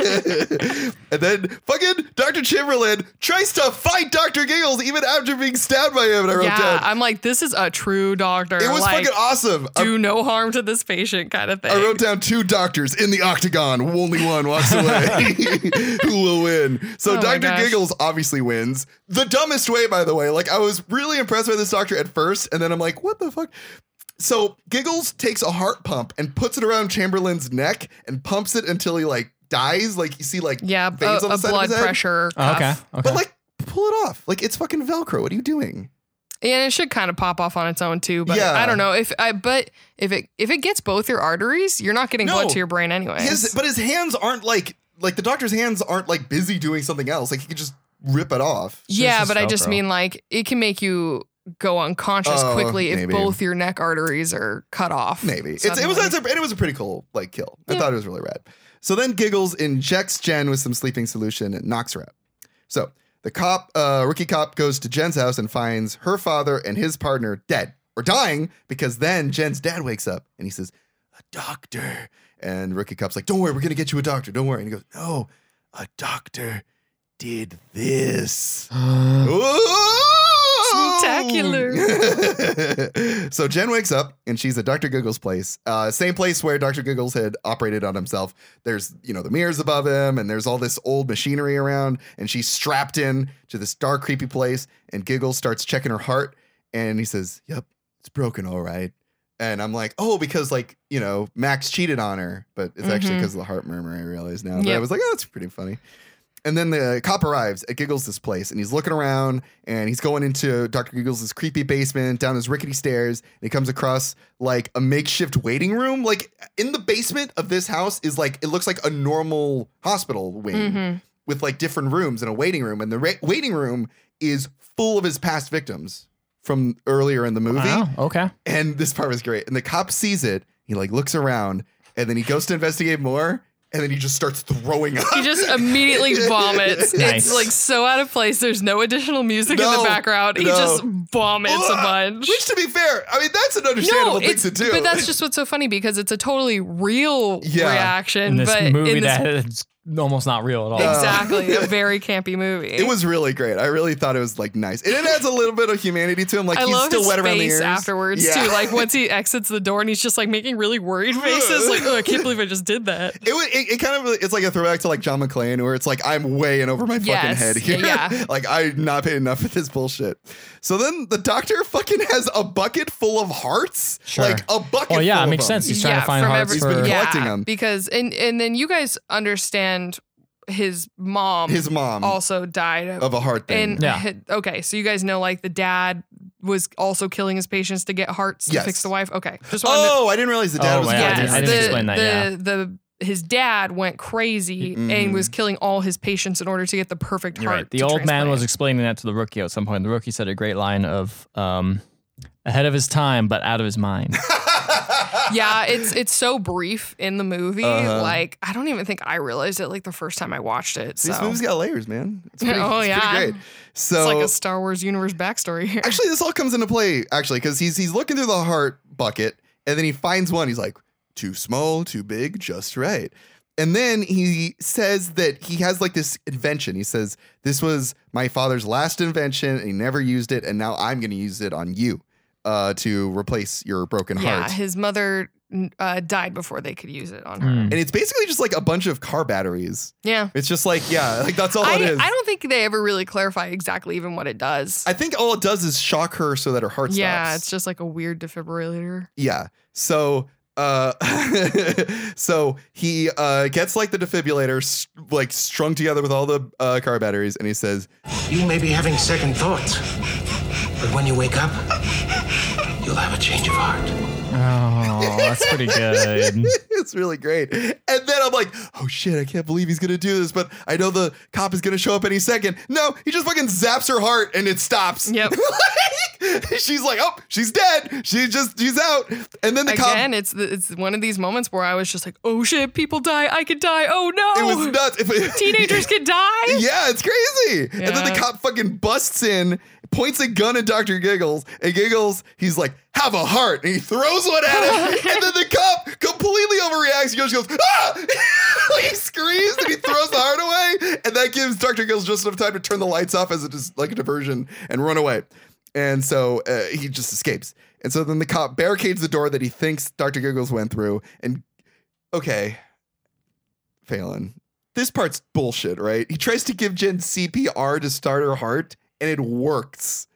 and then fucking Dr. Chamberlain tries to fight Dr. Giggles even after being stabbed by him. And I wrote
Yeah,
down,
I'm like, this is a true doctor.
it was
like,
fucking awesome. I-
do no harm to this patient kind of thing.
I wrote down two doctors in the octagon. Only one walks away. Who will win? So
Oh my
Dr.
gosh.
Giggles obviously wins. The dumbest way, by the way. Like, I was really impressed by this doctor at first, and then I'm like, what the fuck? So Giggles takes a heart pump and puts it around Chamberlain's neck and pumps it until he, like, dies. Like, you see, like,
yeah, a,
veins on the
a
side of
blood
his head.
pressure.
Oh,
Cuff.
okay. Okay.
Uh-huh. But, like, pull it off. Like, it's fucking Velcro. What are you doing?
and it should kind of pop off on its own too. But
Yeah.
I don't know if I. But if it if it gets both your arteries, you're not getting
No.
blood to your brain anyway.
His, but his hands aren't like like the doctor's hands aren't like busy doing something else. Like he could just rip it off.
yeah,
just
but I just
Velcro.
mean like it can make you go unconscious
Oh,
quickly if
maybe.
both your neck arteries are cut off.
Maybe it's, it was
suddenly.
that's a, and it was a pretty cool like kill. I
Yeah.
thought it was really rad. So then Giggles injects Jen with some sleeping solution and knocks her out. So the cop, uh, rookie cop, goes to Jen's house and finds her father and his partner dead or dying because then Jen's dad wakes up and he says, "A doctor." And rookie cop's like, "Don't worry, we're gonna get you a doctor. Don't worry." And he goes, "No, a doctor did this. Ooh! Spectacular. so Jen wakes up and she's at Dr. Google's place. Uh, same place where Dr. Google's had operated on himself. There's, you know, the mirrors above him and there's all this old machinery around. And she's strapped in to this dark, creepy place. And Giggles starts checking her heart. And he says, Yep, it's broken, all right. And I'm like, oh, because like, you know, Max cheated on her, but it's actually
Mhm.
because of the heart murmur I realize now. But I
Yep.
was like, oh, that's pretty funny. And then the cop arrives at Giggles' this place and he's looking around and he's going into Dr. Giggles' creepy basement down his rickety stairs and he comes across like a makeshift waiting room. Like in the basement of this house is like, it looks like a normal hospital wing
Mhm.
with like different rooms and a waiting room. And the ra- waiting room is full of his past victims from earlier in the movie.
Wow. Okay.
And this part was great. And the cop sees it. He like looks around and then he goes to investigate more. And then he just starts throwing up.
He just immediately vomits.
Nice.
It's like so out of place. There's no additional music in
No,
the background. He
no.
just vomits a
Ugh.
bunch.
Which, to be fair, I mean that's an understandable thing
it's-
to do.
but that's just what's so funny because it's a totally real
Yeah.
reaction.
In this
but
movie,
in this
that is almost not real at all.
exactly a very campy movie.
Uh, it was really great. I really thought it was like nice, and it adds a little bit of humanity to him. Like
I
he's
love
still
his
wet around the
face
ears
afterwards
Yeah.
too. Like once he exits the door and he's just like making really worried faces. Like oh, I can't believe I just did that.
It, wa- it, it kind of it's like a throwback to like John McClane, where it's like I'm way in over my fucking
Yes.
head here.
Yeah.
like I'm not paying enough for this bullshit. So then the doctor fucking has a bucket full of hearts,
Sure.
like a bucket.
Well, yeah, it
full of
makes
them.
sense. He's trying to find
from
hearts
every- He's been
for.
yeah. collecting them.
because and and then you guys understand his mom
His mom
also died of,
of a heart thing.
and
Yeah.
okay, so you guys know like the dad was also killing his patients to get hearts
Yes.
to fix the wife. Okay, just wanted to-
oh, I didn't realize the dad
Oh,
was.
wow. Yeah, I
a
didn't-
Yes,
I didn't
heart
the,
thing.
explain that, yeah.
The, the his dad went crazy
Mm-mm.
and was killing all his patients in order to get the perfect
You're
heart.
right. The
to
old man
transplant.
was explaining that to the rookie at some point. The rookie said a great line of, um, "Ahead of his time, but out of his mind."
yeah, it's it's so brief in the movie.
Uh-huh.
Like I don't even think I realized it like the first time I watched it. So
These movies got layers, man. It's pretty,
Oh,
it's
yeah.
pretty great. So
it's like a Star Wars universe backstory here.
actually this all comes into play actually because he's he's looking through the heart bucket and then he finds one he's like too small too big just right and then he says that he has like this invention he says this was my father's last invention and he never used it and now i'm going to use it on you uh, to replace your broken
yeah,
heart
his mother uh, died before they could use it on her.
Hmm.
and it's basically just like a bunch of car batteries
Yeah.
it's just like yeah like that's all
I,
Oh, it is
I don't think they ever really clarify exactly even what it does.
I think all it does is shock her so that her heart
yeah,
stops
it's just like a weird defibrillator.
Yeah. So uh so he uh gets like the defibrillator s like strung together with all the uh car batteries and he says
You may be having second thoughts, but when you wake up, you'll have a change of heart.
Oh, that's pretty good.
it's really great and then i'm like oh shit i can't believe he's gonna do this but i know the cop is gonna show up any second no he just fucking zaps her heart and it stops
Yep.
Like, she's like oh she's dead she's just she's out and then the cop
Again, it's the, it's one of these moments where I was just like, oh shit, people die, I could die, oh
it
no,
was nuts If-
teenagers could die.
Yeah, it's crazy. And then the
Yeah.
cop fucking busts in, points a gun at Dr. Giggles, and Giggles, he's like, have a heart. And he throws one at him. and then the cop completely overreacts. He just goes, ah! like he screams and he throws the heart away. And that gives Dr. Giggles just enough time to turn the lights off as a dis- like a diversion and run away. And so uh, he just escapes. And so then the cop barricades the door that he thinks Dr. Giggles went through. And okay, Phelan, this part's bullshit, right? He tries to give Jen CPR to start her heart, and it works.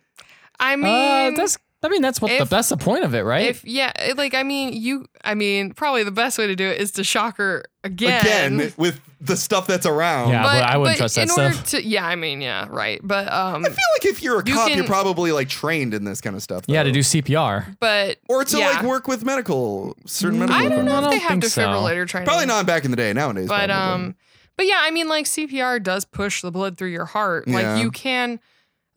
I mean,
uh, that's. I mean, that's what the
if-
that's the point of it, right?
if yeah, it- like I mean, you, I mean, probably the best way to do it is to shock her again.
Again, with the stuff that's around.
Yeah.
but,
I wouldn't
but
trust that
in order
stuff.
To, yeah, I mean, yeah, right, but um,
I feel like if you're a
You
cop,
can-
you're probably like trained in this kind of stuff.
yeah,
though.
to do CPR.
but
or to
yeah.
like work with medical certain medical.
I don't know
I
if
don't
they have
think so.
defibrillator training.
Probably not back in the day. Nowadays,
But
probably.
um, but yeah, I mean, like CPR does push the blood through your heart.
Yeah.
Like you can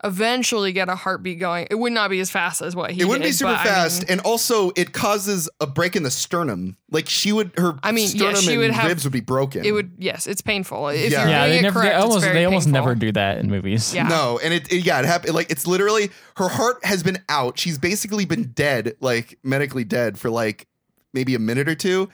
eventually get a heartbeat going. It would not be as fast as what he.
it wouldn't
did,
be super
but, I
fast,
mean-
and also it causes a break in the sternum. Like she would, her
I mean, yeah,
sternum
she
and
would have-
ribs would be broken.
it would. Yes, it's painful. If
Yeah.
you're
Yeah,
doing
they
it
never.
correct,
they
it's
almost.
very
They almost
painful.
never do that in movies.
Yeah.
No, and it, it- yeah, it happened. Like it's literally her heart has been out. She's basically been dead, like medically dead for like maybe a minute or 2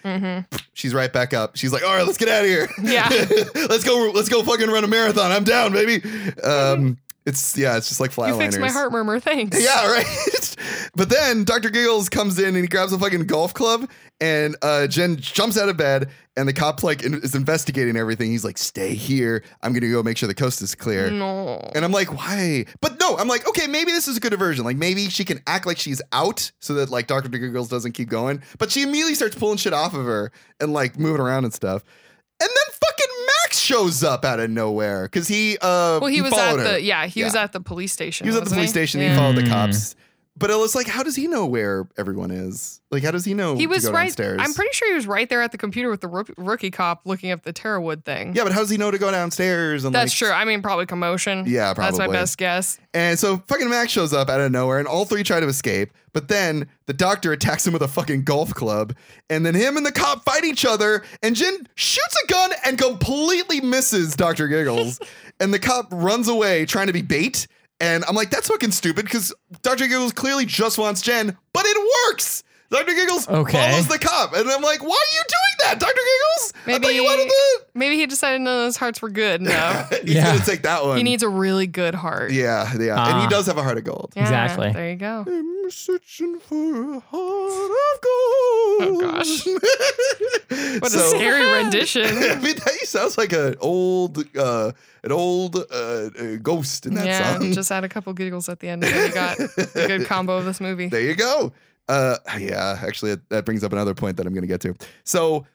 She's right back up. She's like, all right, let's get out of here.
Mm-hmm. Yeah.
let's go. Let's go fucking run a marathon. I'm down, baby. Um, it's yeah, it's just like
You
flatliners.
fixed my heart murmur. Thanks.
Yeah, right. but then Dr. Giggles comes in and he grabs a fucking golf club, and uh, Jen jumps out of bed, and the cop like in- is investigating everything. He's like, "Stay here. I'm gonna go make sure the coast is
Mm-hmm.
clear."
No.
And uh, I'm like, why? But no, I'm like, okay, maybe this is a good diversion. Like, maybe she can act like she's out so that like Dr. Giggles doesn't keep going. But she immediately starts pulling shit off of her and like moving around and stuff. And then fucking Max shows up out of nowhere because he uh
Well, he, was at
followed her.
the yeah, he was
Yeah.
at the police station.
He was at the
wasn't
police station.
Yeah.
He followed the cops. But it was like, how does he know where everyone is? Like, how does he know?
He was
to go
right.
downstairs?
I'm pretty sure he was right there at the computer with the rook, rookie cop looking up the Terrawood thing.
Yeah, but how does he know to go downstairs? And
that's
like,
true. I mean, probably commotion.
Yeah,
That's my
probably.
best guess.
And so fucking Max shows up out of nowhere, and all three try to escape. But then the doctor attacks him with a fucking golf club, and then him and the cop fight each other. And Jin shoots a gun and completely misses Doctor Giggles, and the cop runs away trying to be bait. And I'm like, that's fucking stupid because Doctor Giggles clearly just wants Jen, but it works. Doctor Giggles
Okay.
follows the cop, and I'm like, why are you doing that, Doctor Giggles? I thought
Maybe-
you wanted the.
Maybe he decided none of those hearts were good enough.
He's
Yeah.
gonna take that one.
he needs a really good heart.
yeah, yeah, and
Ah.
he does have a heart of gold.
Yeah,
Exactly.
There you go.
I'm searching for a heart of gold. Oh
gosh.
what
What a scary rendition.
I mean, that sounds like an old, uh, an old uh, uh, ghost in that
yeah,
song.
just add a couple giggles at the end, and then you got a good combo of this movie.
There you go. Uh, yeah, actually, that- that brings up another point that I'm going to get to. So,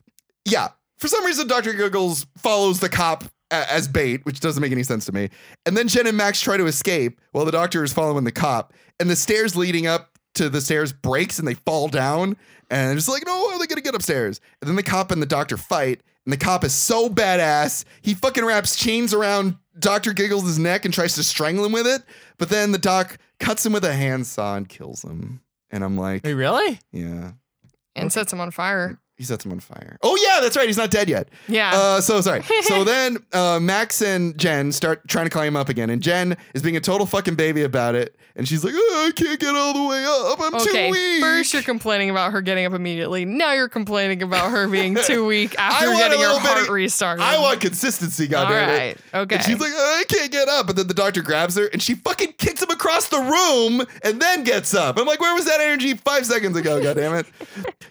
yeah, for some reason, Dr. Giggles follows the cop a- as bait, which doesn't make any sense to me. And then Jen and Max try to escape while the doctor is following the cop, and the stairs leading up to the stairs breaks and they fall down. And it's like, no, how are they going to get upstairs? And then the cop and the doctor fight. And the cop is so badass. He fucking wraps chains around Dr. Giggles' neck and tries to strangle him with it. But then the doc cuts him with a handsaw and kills him. And I'm like,
Wait, really?
yeah.
and sets him on fire.
He sets him on fire. Oh, yeah, that's right. He's not dead yet.
Yeah.
Uh, so sorry. So then uh, Max and Jen start trying to climb up again, and Jen is being a total fucking baby about it. And she's like, "Oh, I can't get all the way up. I'm
okay,
too weak.
first you're complaining about her getting up immediately. Now you're complaining about her being too weak
I
after
want a
getting her
little bit of-
heart restarted.
I want consistency,
All
goddamn it.
right. Okay.
And she's like, "Oh, I can't get up. But then the doctor grabs her and she fucking kicks him across the room and then gets up. I'm like, where was that energy five seconds ago? God damn it.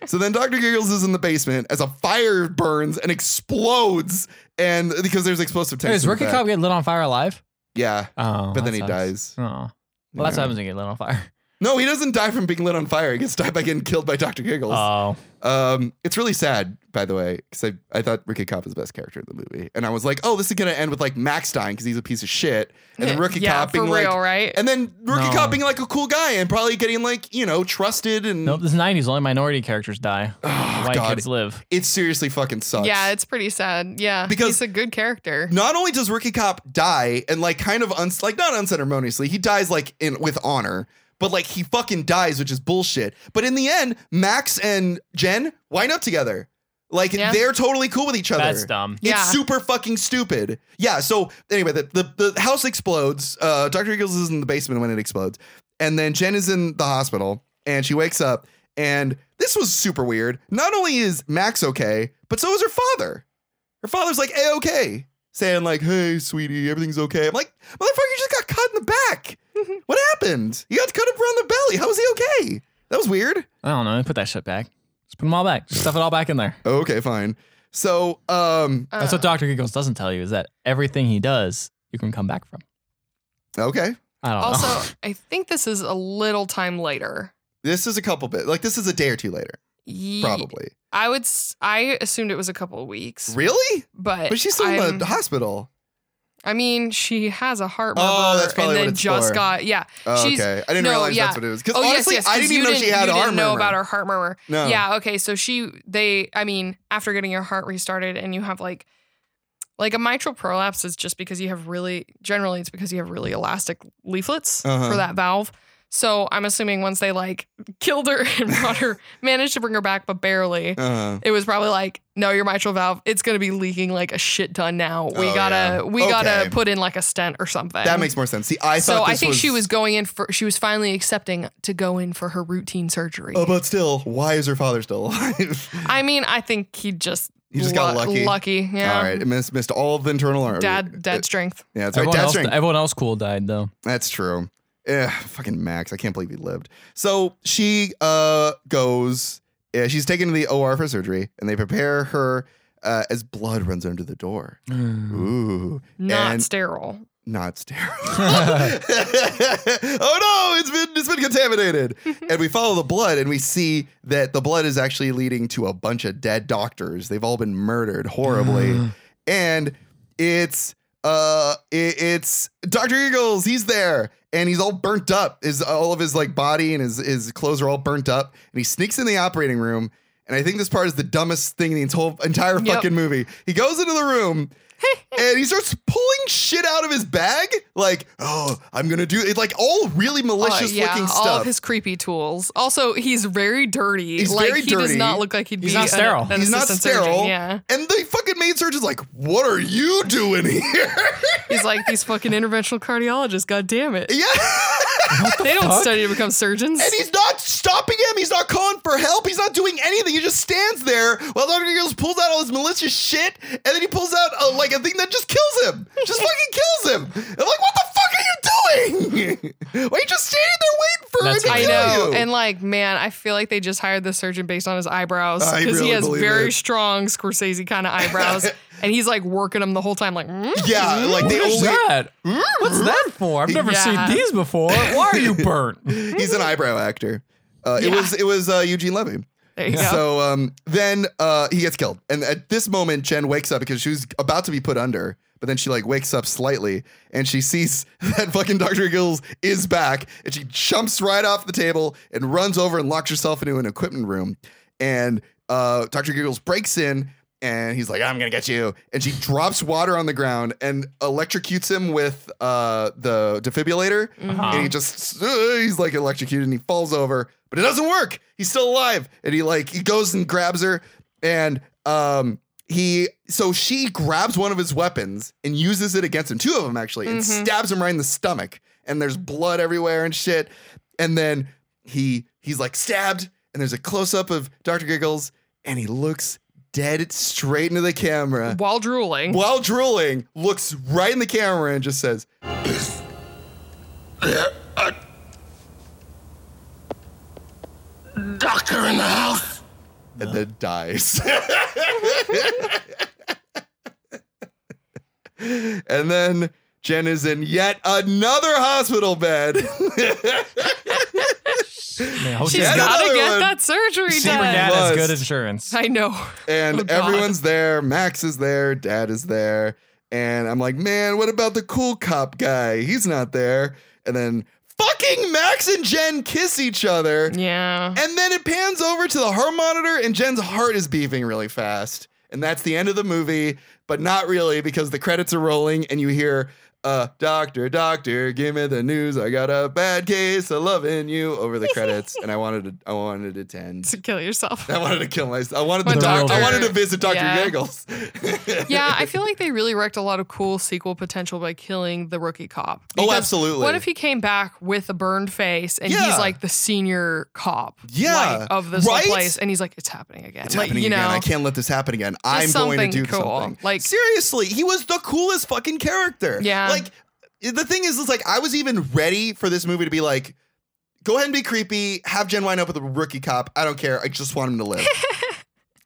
so then Dr. Giggles is in the basement as a fire burns and explodes. And because there's explosive tanks.
Does
in the
Rookie
back.
Cop get lit on fire alive?
Yeah.
Oh,
But
that
then he
sucks.
dies.
Oh, well, that's
Yeah.
what happens when you get lit on fire.
No, he doesn't die from being lit on fire. He gets died by getting killed by Dr. Giggles.
Oh,
Um, it's really sad, by the way, because I, I thought Rookie Cop was the best character in the movie. And I was like, oh, this is going to end with like Max dying because he's a piece of shit. And then Rookie
yeah,
Cop
for
being like,
real, right?
and then Rookie
No.
Cop being like a cool guy and probably getting like, you know, trusted. And
nope. This is '90s. Only minority characters die. White
Oh, God.
kids live.
it seriously fucking sucks.
yeah, it's pretty sad. Yeah,
Because-
he's a good character.
not only does Rookie Cop die and like kind of uns like not unceremoniously, he dies like in with honor, but like he fucking dies, which is bullshit. But in the end, Max and Jen wind up together. Like
Yeah.
they're totally cool with each other.
That's dumb.
It's
Yeah.
super fucking stupid. Yeah. So anyway, the the, the house explodes. Uh, Doctor Eagles is in the basement when it explodes, and then Jen is in the hospital, and she wakes up. And this was super weird. Not only is Max okay, but so is her father. Her father's like a okay, saying like, "Hey, sweetie, everything's okay." I'm like, "Motherfucker, you just got cut in the back. what happened? You got cut around the belly. How is he okay? That was weird."
I don't know. Put that shit back. Just put them all back. Just stuff it all back in there.
Okay, fine. So, um,
Uh,
That's what Doctor Giggles doesn't tell you is that everything he does, you can come back from.
okay.
I don't know.
Also, I think this is a little time later.
This is a couple bit. Like this is a day or two later,
Ye-
probably.
I would. s- I assumed it was a couple of weeks,
Really?
but
But she's still in
I'm-
the hospital.
I mean, she has a heart murmur,
Oh, that's probably what
and then
it's
just
for.
got yeah.
Oh,
she's,
okay. I didn't
no,
realize
yeah.
that's what it was. Because
Oh
honestly,
yes, yes.
I
'cause
didn't
you
even know she
didn't-
had
you
a heart
didn't know
murmur.
about her heart murmur.
No.
Yeah. Okay. So she, they, I mean, after getting your heart restarted, and you have like, like a mitral prolapse is just because you have really generally it's because you have really elastic leaflets
Uh-huh.
for that valve. So I'm assuming once they like killed her and brought her, managed to bring her back, but barely.
Uh,
It was probably like, no, your mitral valve, it's gonna be leaking like a shit ton now. We
Oh,
gotta,
yeah.
we
Okay.
gotta put in like a stent or something.
that makes more sense. See, I
so
thought
I
this
think
was,
she was going in for, she was finally accepting to go in for her routine surgery.
Oh, but still, why is her father still alive?
I mean, I think he just
He just got lucky.
Lucky, yeah.
All right, it missed, missed all of the internal artery.
Dad,
Uh,
dad strength.
Yeah, that's right.
Everyone
Dad
else,
strength.
everyone else cool died though.
That's true. Ugh, fucking Max. I can't believe he lived. So she uh goes. Yeah, she's taken to the OR for surgery, and they prepare her uh, as blood runs under the door. Ooh,
Not
and
sterile.
not sterile. oh no, it's been it's been contaminated. and we follow the blood, and we see that the blood is actually leading to a bunch of dead doctors. They've all been murdered horribly, and it's uh it, it's Dr. Eagles, he's there and he's all burnt up. His all of his like body and his his clothes are all burnt up and he sneaks in the operating room and I think this part is the dumbest thing in the whole entire
Yep.
fucking movie. He goes into the room and he starts pulling shit out of his bag like, "Oh, I'm going to do it." Like all really malicious
Uh, yeah,
looking
all
stuff.
of his creepy tools. Also, he's very dirty.
He's
like
very
he does
dirty.
not look like he'd
He's
be
not
an-
sterile.
an
He's not
assistant surgeon,
sterile.
Yeah,
And the fucking maid surgeon's like, "What are you doing here?"
he's like these fucking interventional cardiologists. God damn it,
yeah.
they don't study to become surgeons.
And he's not stopping him. He's not calling for help. He's not doing anything. He just stands there while Dr. Giggles pulls out all his malicious shit, and then he pulls out a, like a thing that just kills him. Just fucking kills him. I'm like, what the fuck are you doing? Why are you just standing there waiting for
That's
him to
I
kill
know,
you?
and like, man, I feel like they just hired this surgeon based on his eyebrows
I
because
really
he has
believe
very
it.
strong Scorsese kind of eyebrows, and he's like working them the whole time, like, mm,
yeah, like they
What's
only.
that? What's
Mm-hmm.
that for? I've never
Yeah.
seen these before. Why are you burnt?
He's an eyebrow actor. Uh, It
Yeah.
was it was uh, Eugene Levy.
there you go.
So um, then uh, he gets killed, and at this moment, Jen wakes up because she was about to be put under, but then she like wakes up slightly, and she sees that fucking Doctor Gills is back, and she jumps right off the table and runs over and locks herself into an equipment room, and uh, Doctor Giggles breaks in. And he's like, "I'm gonna get you!" And she drops water on the ground and electrocutes him with uh, the defibrillator. And he just uh, he's like electrocuted and he falls over, but it doesn't work. He's still alive. And he like he goes and grabs her and um he so she grabs one of his weapons and uses it against him, two of them actually, and stabs him right in the stomach. And there's blood everywhere and shit. And then he he's like stabbed and there's a close up of Dr. Giggles and he looks dead straight into the camera
While drooling,
while drooling, looks right in the camera and just says,
Doctor in the house.
and then dies. and then Jen is in yet another hospital bed.
Man, I hope
she's
she
Yeah,
got
gotta
another
get
one.
that surgery
Dad
done.
was.
has good insurance.
I know.
and
Oh, God.
everyone's there. Max is there. Dad is there. And I'm like, man, what about the cool cop guy? He's not there. And then fucking Max and Jen kiss each other.
Yeah.
And then it pans over to the heart monitor, and Jen's heart is beating really fast. And that's the end of the movie, but not really because the credits are rolling and you hear, uh, Doctor, Doctor, give me the news. I got a bad case of loving you over the credits. and I wanted to, I wanted it to end.
to kill yourself.
I wanted to kill myself. I wanted the
But
doctor. I
Doctor-
wanted to visit Dr.
yeah.
Giggles.
yeah, I feel like they really wrecked a lot of cool sequel potential by killing the rookie cop.
Oh,
Because
absolutely.
What if he came back with a burned face and
Yeah.
he's like the senior cop
Yeah.
like, of this whole
Right?
place and he's like, it's happening again.
It's
like,
happening
you know,
again. I can't let this happen again. I'm going to
something
do
cool.
something.
Like-
seriously, he was the coolest fucking character.
Yeah.
Like the thing is, it's like I was even ready for this movie to be like, go ahead and be creepy. Have Jen wind up with a rookie cop. I don't care. I just want him to live.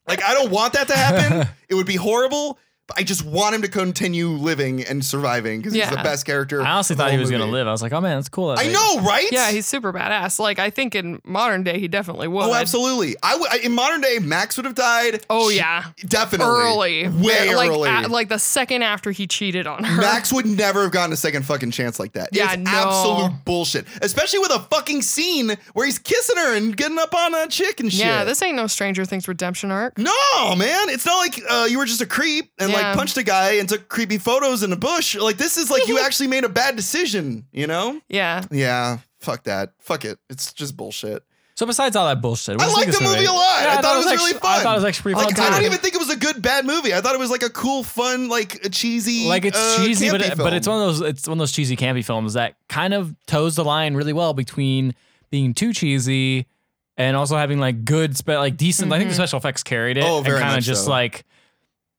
like I don't want that to happen. it would be horrible. But I just want him to continue living and surviving because he's
Yeah.
the best character.
I honestly
of the
thought he
whole
was gonna
movie.
live. I was like, oh man, that's cool. that
I
they-
know, right?
Yeah, he's super badass. Like, I think in modern day, he definitely would.
Oh, absolutely. I w- in modern day, Max would have died.
Oh,
She-
yeah.
definitely
Early.
way
like,
early.
a- like the second after he cheated on her.
Max would never have gotten a second fucking chance like that.
Yeah,
it's
no.
absolute bullshit. Especially with a fucking scene where he's kissing her and getting up on that chick and shit.
yeah, this ain't no Stranger Things redemption arc.
No, man. It's not like uh, you were just a creep and like
Yeah.
punched a guy and took creepy photos in a bush. Like this is like you actually made a bad decision, you know?
Yeah.
Yeah. fuck that. Fuck it. It's just bullshit.
So besides all that bullshit, what
I
do you think
liked
of
the
this
movie a lot.
Yeah,
I, thought it was,
actually-
really fun.
I thought it was actually pretty
Like,
fun.
I don't
too.
even think it was a good bad movie. I thought it was like a cool, fun, like cheesy,
like it's
uh,
cheesy, but
campy
it, but it's
film.
one of those it's one of those cheesy campy films that kind of toes the line really well between being too cheesy and also having like good spe- like decent. I think the special effects carried it.
Mm-hmm. Oh, very
and kind
much
of just
so.
like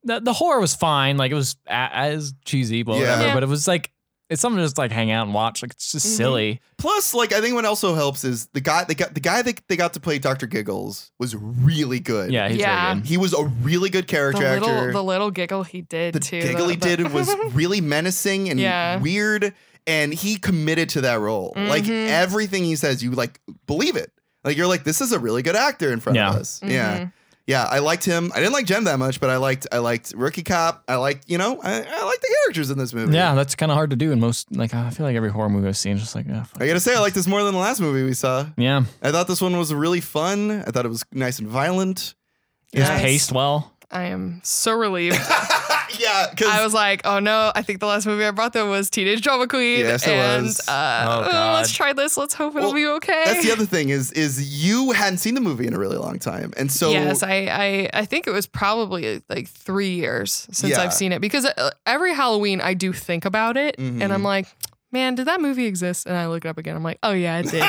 the, the horror was fine. Like it was a- as cheesy, but
Yeah. Mm-hmm.
whatever.
Yeah.
But it was like it's something to just like hang out and watch. Like it's just silly.
Plus, like I think what also helps is the guy. They got the guy that they got to play Doctor Giggles was really good.
Yeah, he's
Yeah.
really good.
he was a really good
The
character
little,
actor.
the little giggle he did
the
too.
giggle
the-
he
the-
did was really menacing and
Yeah.
weird, and he committed to that role. Like
Mhm.
everything he says, you like believe it. Like you're like, this is a really good actor in front
Yeah.
of us.
Mm-hmm.
Yeah, yeah. I liked him. I didn't like Jem that much, but I liked I liked Rookie Cop. I liked you know I, I liked the characters in this movie.
Yeah, that's kind of hard to do in most. Like I feel like every horror movie I've seen, is just like ah, fuck.
I gotta say, I liked this more than the last movie we saw.
yeah,
I thought this one was really fun. I thought it was nice and violent.
it's
Nice.
paced well.
I am so relieved.
yeah, because
I was like, oh no, I think the last movie I brought them was Teenage Drama Queen.
Yes, it
and
was.
Uh,
Oh,
oh,
God.
let's try this. Let's hope it'll
Well,
be okay.
that's the other thing is is you hadn't seen the movie in a really long time, and so
yes, I, I I think it was probably like three years since
Yeah.
I've seen it because uh, every Halloween I do think about it and
Mm-hmm.
I'm like, man, did that movie exist? And I look it up again. I'm like, oh yeah, it did.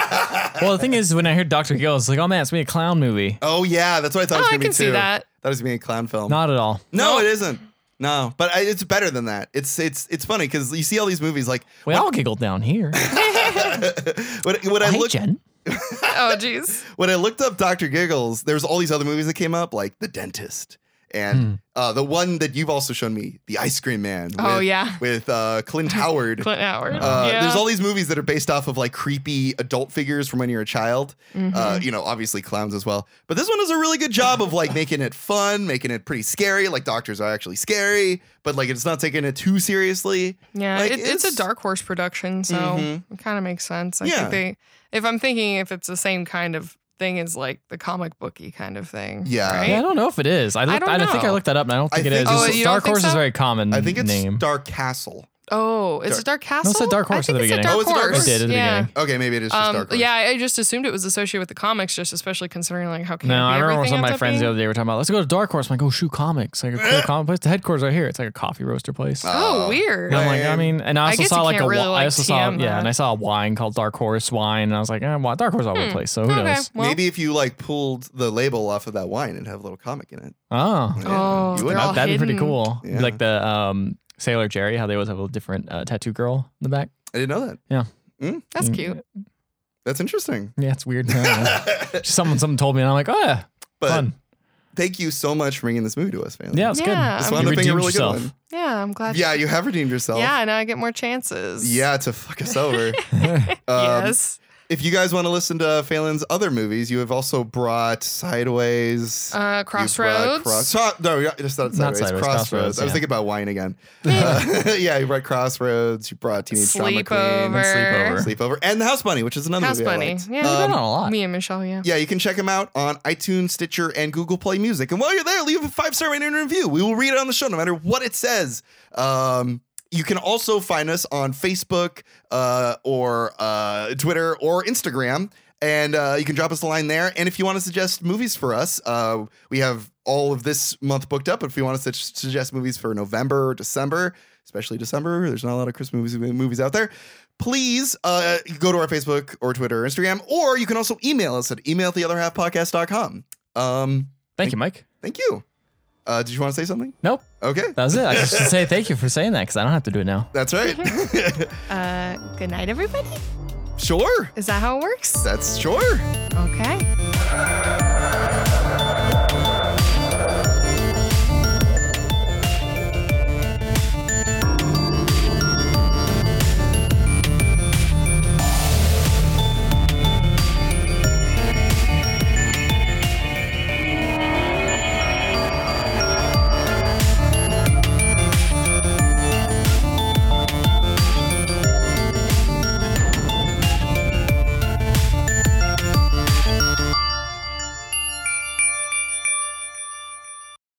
Well, the thing is, when I heard Doctor Gill, it's like, oh man, it's gonna be a clown movie.
oh yeah, that's what I thought it
oh,
was
I
gonna
can
be
see
too.
that.
Thought it was gonna be a clown film.
Not at all.
no, it isn't. No, but I, it's better than that. It's it's it's funny because you see all these movies like
We all giggled down here.
when, when I
hey,
look
Jen.
Oh jeez.
when I looked up Doctor Giggles, there's all these other movies that came up like The Dentist and uh, the one that you've also shown me, The Ice Cream Man.
Oh,
with-
yeah.
with uh, Clint Howard.
Clint Howard.
Uh,
yeah.
There's all these movies that are based off of like creepy adult figures from when you're a child.
Mm-hmm.
Uh, you know, obviously clowns as well. But this one does a really good job of like making it fun, making it pretty scary. Like doctors are actually scary, but like it's not taking it too seriously.
yeah,
Like, Mm-hmm.
it, it's, a Dark Horse production, so it kind of makes sense. I
Yeah.
think they, if I'm thinking if it's the same kind of thing as like the comic booky kind of thing.
Yeah.
right?
Yeah, I don't know if it is. I, looked,
don't
I, think I
know.
looked that up, and I don't
I
think it is.
think it's-
Oh,
It's-
you don't
Dark
think
Horse is
so?
very common.
I think it's
name.
Dark Castle.
Oh, it's
Dark-
a Dark Castle.
No, it said Dark
I
Horse at
think
the
it said
beginning.
Dark
Oh, it's a Dark
Horse.
Horse. It
did at the
yeah.
beginning.
Okay, maybe it is just
Um,
Dark Horse.
yeah, I just assumed it was associated with the comics, just especially considering like how campy
No, I remember
everything
some of
ends
my
up
friends the
being.
other day were talking about, let's go to Dark Horse. I'm like, oh, shoot, comics. Like a cool comic place. The headquarters right here. It's like a coffee roaster place.
Oh, weird.
And I'm like, I mean, and I
I
also
guess
saw
you
like a,
can't
wi-
really,
I
like,
also saw,
TM
yeah, and
that. Hmm.
I saw a wine called Dark Horse Wine, and I was like, eh, well, Dark Horse all over the place, so who
okay.
knows?
Well,
Maybe if you like pulled the label off of that wine and have a little comic in it.
Oh,
Yeah,
Oh,
you
they're
would
all
have that.
that'd be pretty
hidden.
cool.
Yeah.
Like the um, Sailor Jerry, how they always have a different uh, tattoo girl in the back.
I didn't know that.
Mm.
that's cute.
That's interesting.
Yeah, it's weird. I don't know. someone someone told me, and I'm like, oh yeah,
But
fun.
thank you so much for bringing this movie to us, man.
Yeah, it's
Yeah.
good.
This
This
wound
you
up being a
redeemed
really
yourself.
good one.
Yeah, I'm glad.
Yeah, you have redeemed yourself.
yeah. Now I get more chances.
Yeah, to fuck us over. Um,
yes.
If you guys want to listen to Phelan's other movies, you have also brought Sideways. you
Uh,
brought
Crossroads.
Cross- so- no, yeah, just not Sideways.
Not Sideways,
Crossroads.
Crossroads,
I was
yeah.
thinking about Wine again. Uh, yeah, you brought Crossroads. You brought Teenage Drama Queen.
Sleepover.
Sleepover.
Sleepover. And The House Bunny, which is another
House
movie I
Bunny.
liked.
Yeah.
We've done a lot.
Me and Michelle. Yeah.
Yeah, you can check them out on iTunes, Stitcher, and Google Play Music. And while you're there, leave a five star rating and review. We will read it on the show, no matter what it says. Um, you can also find us on Facebook uh, or uh, Twitter or Instagram. And uh, you can drop us a line there. And if you want to suggest movies for us, uh, we have all of this month booked up. If you want to su- suggest movies for November or December, especially December. There's not a lot of Christmas movies, movies out there. Please uh, go to our Facebook or Twitter or Instagram, or you can also email us at email Um,
Thank you, Mike.
thank you. Uh, did you want to say something?
Nope,
Okay,
that was it. I just should say thank you for saying that because I don't have to do it now.
that's right.
Uh, good night, everybody.
sure,
Is that how it works?
that's sure.
Okay.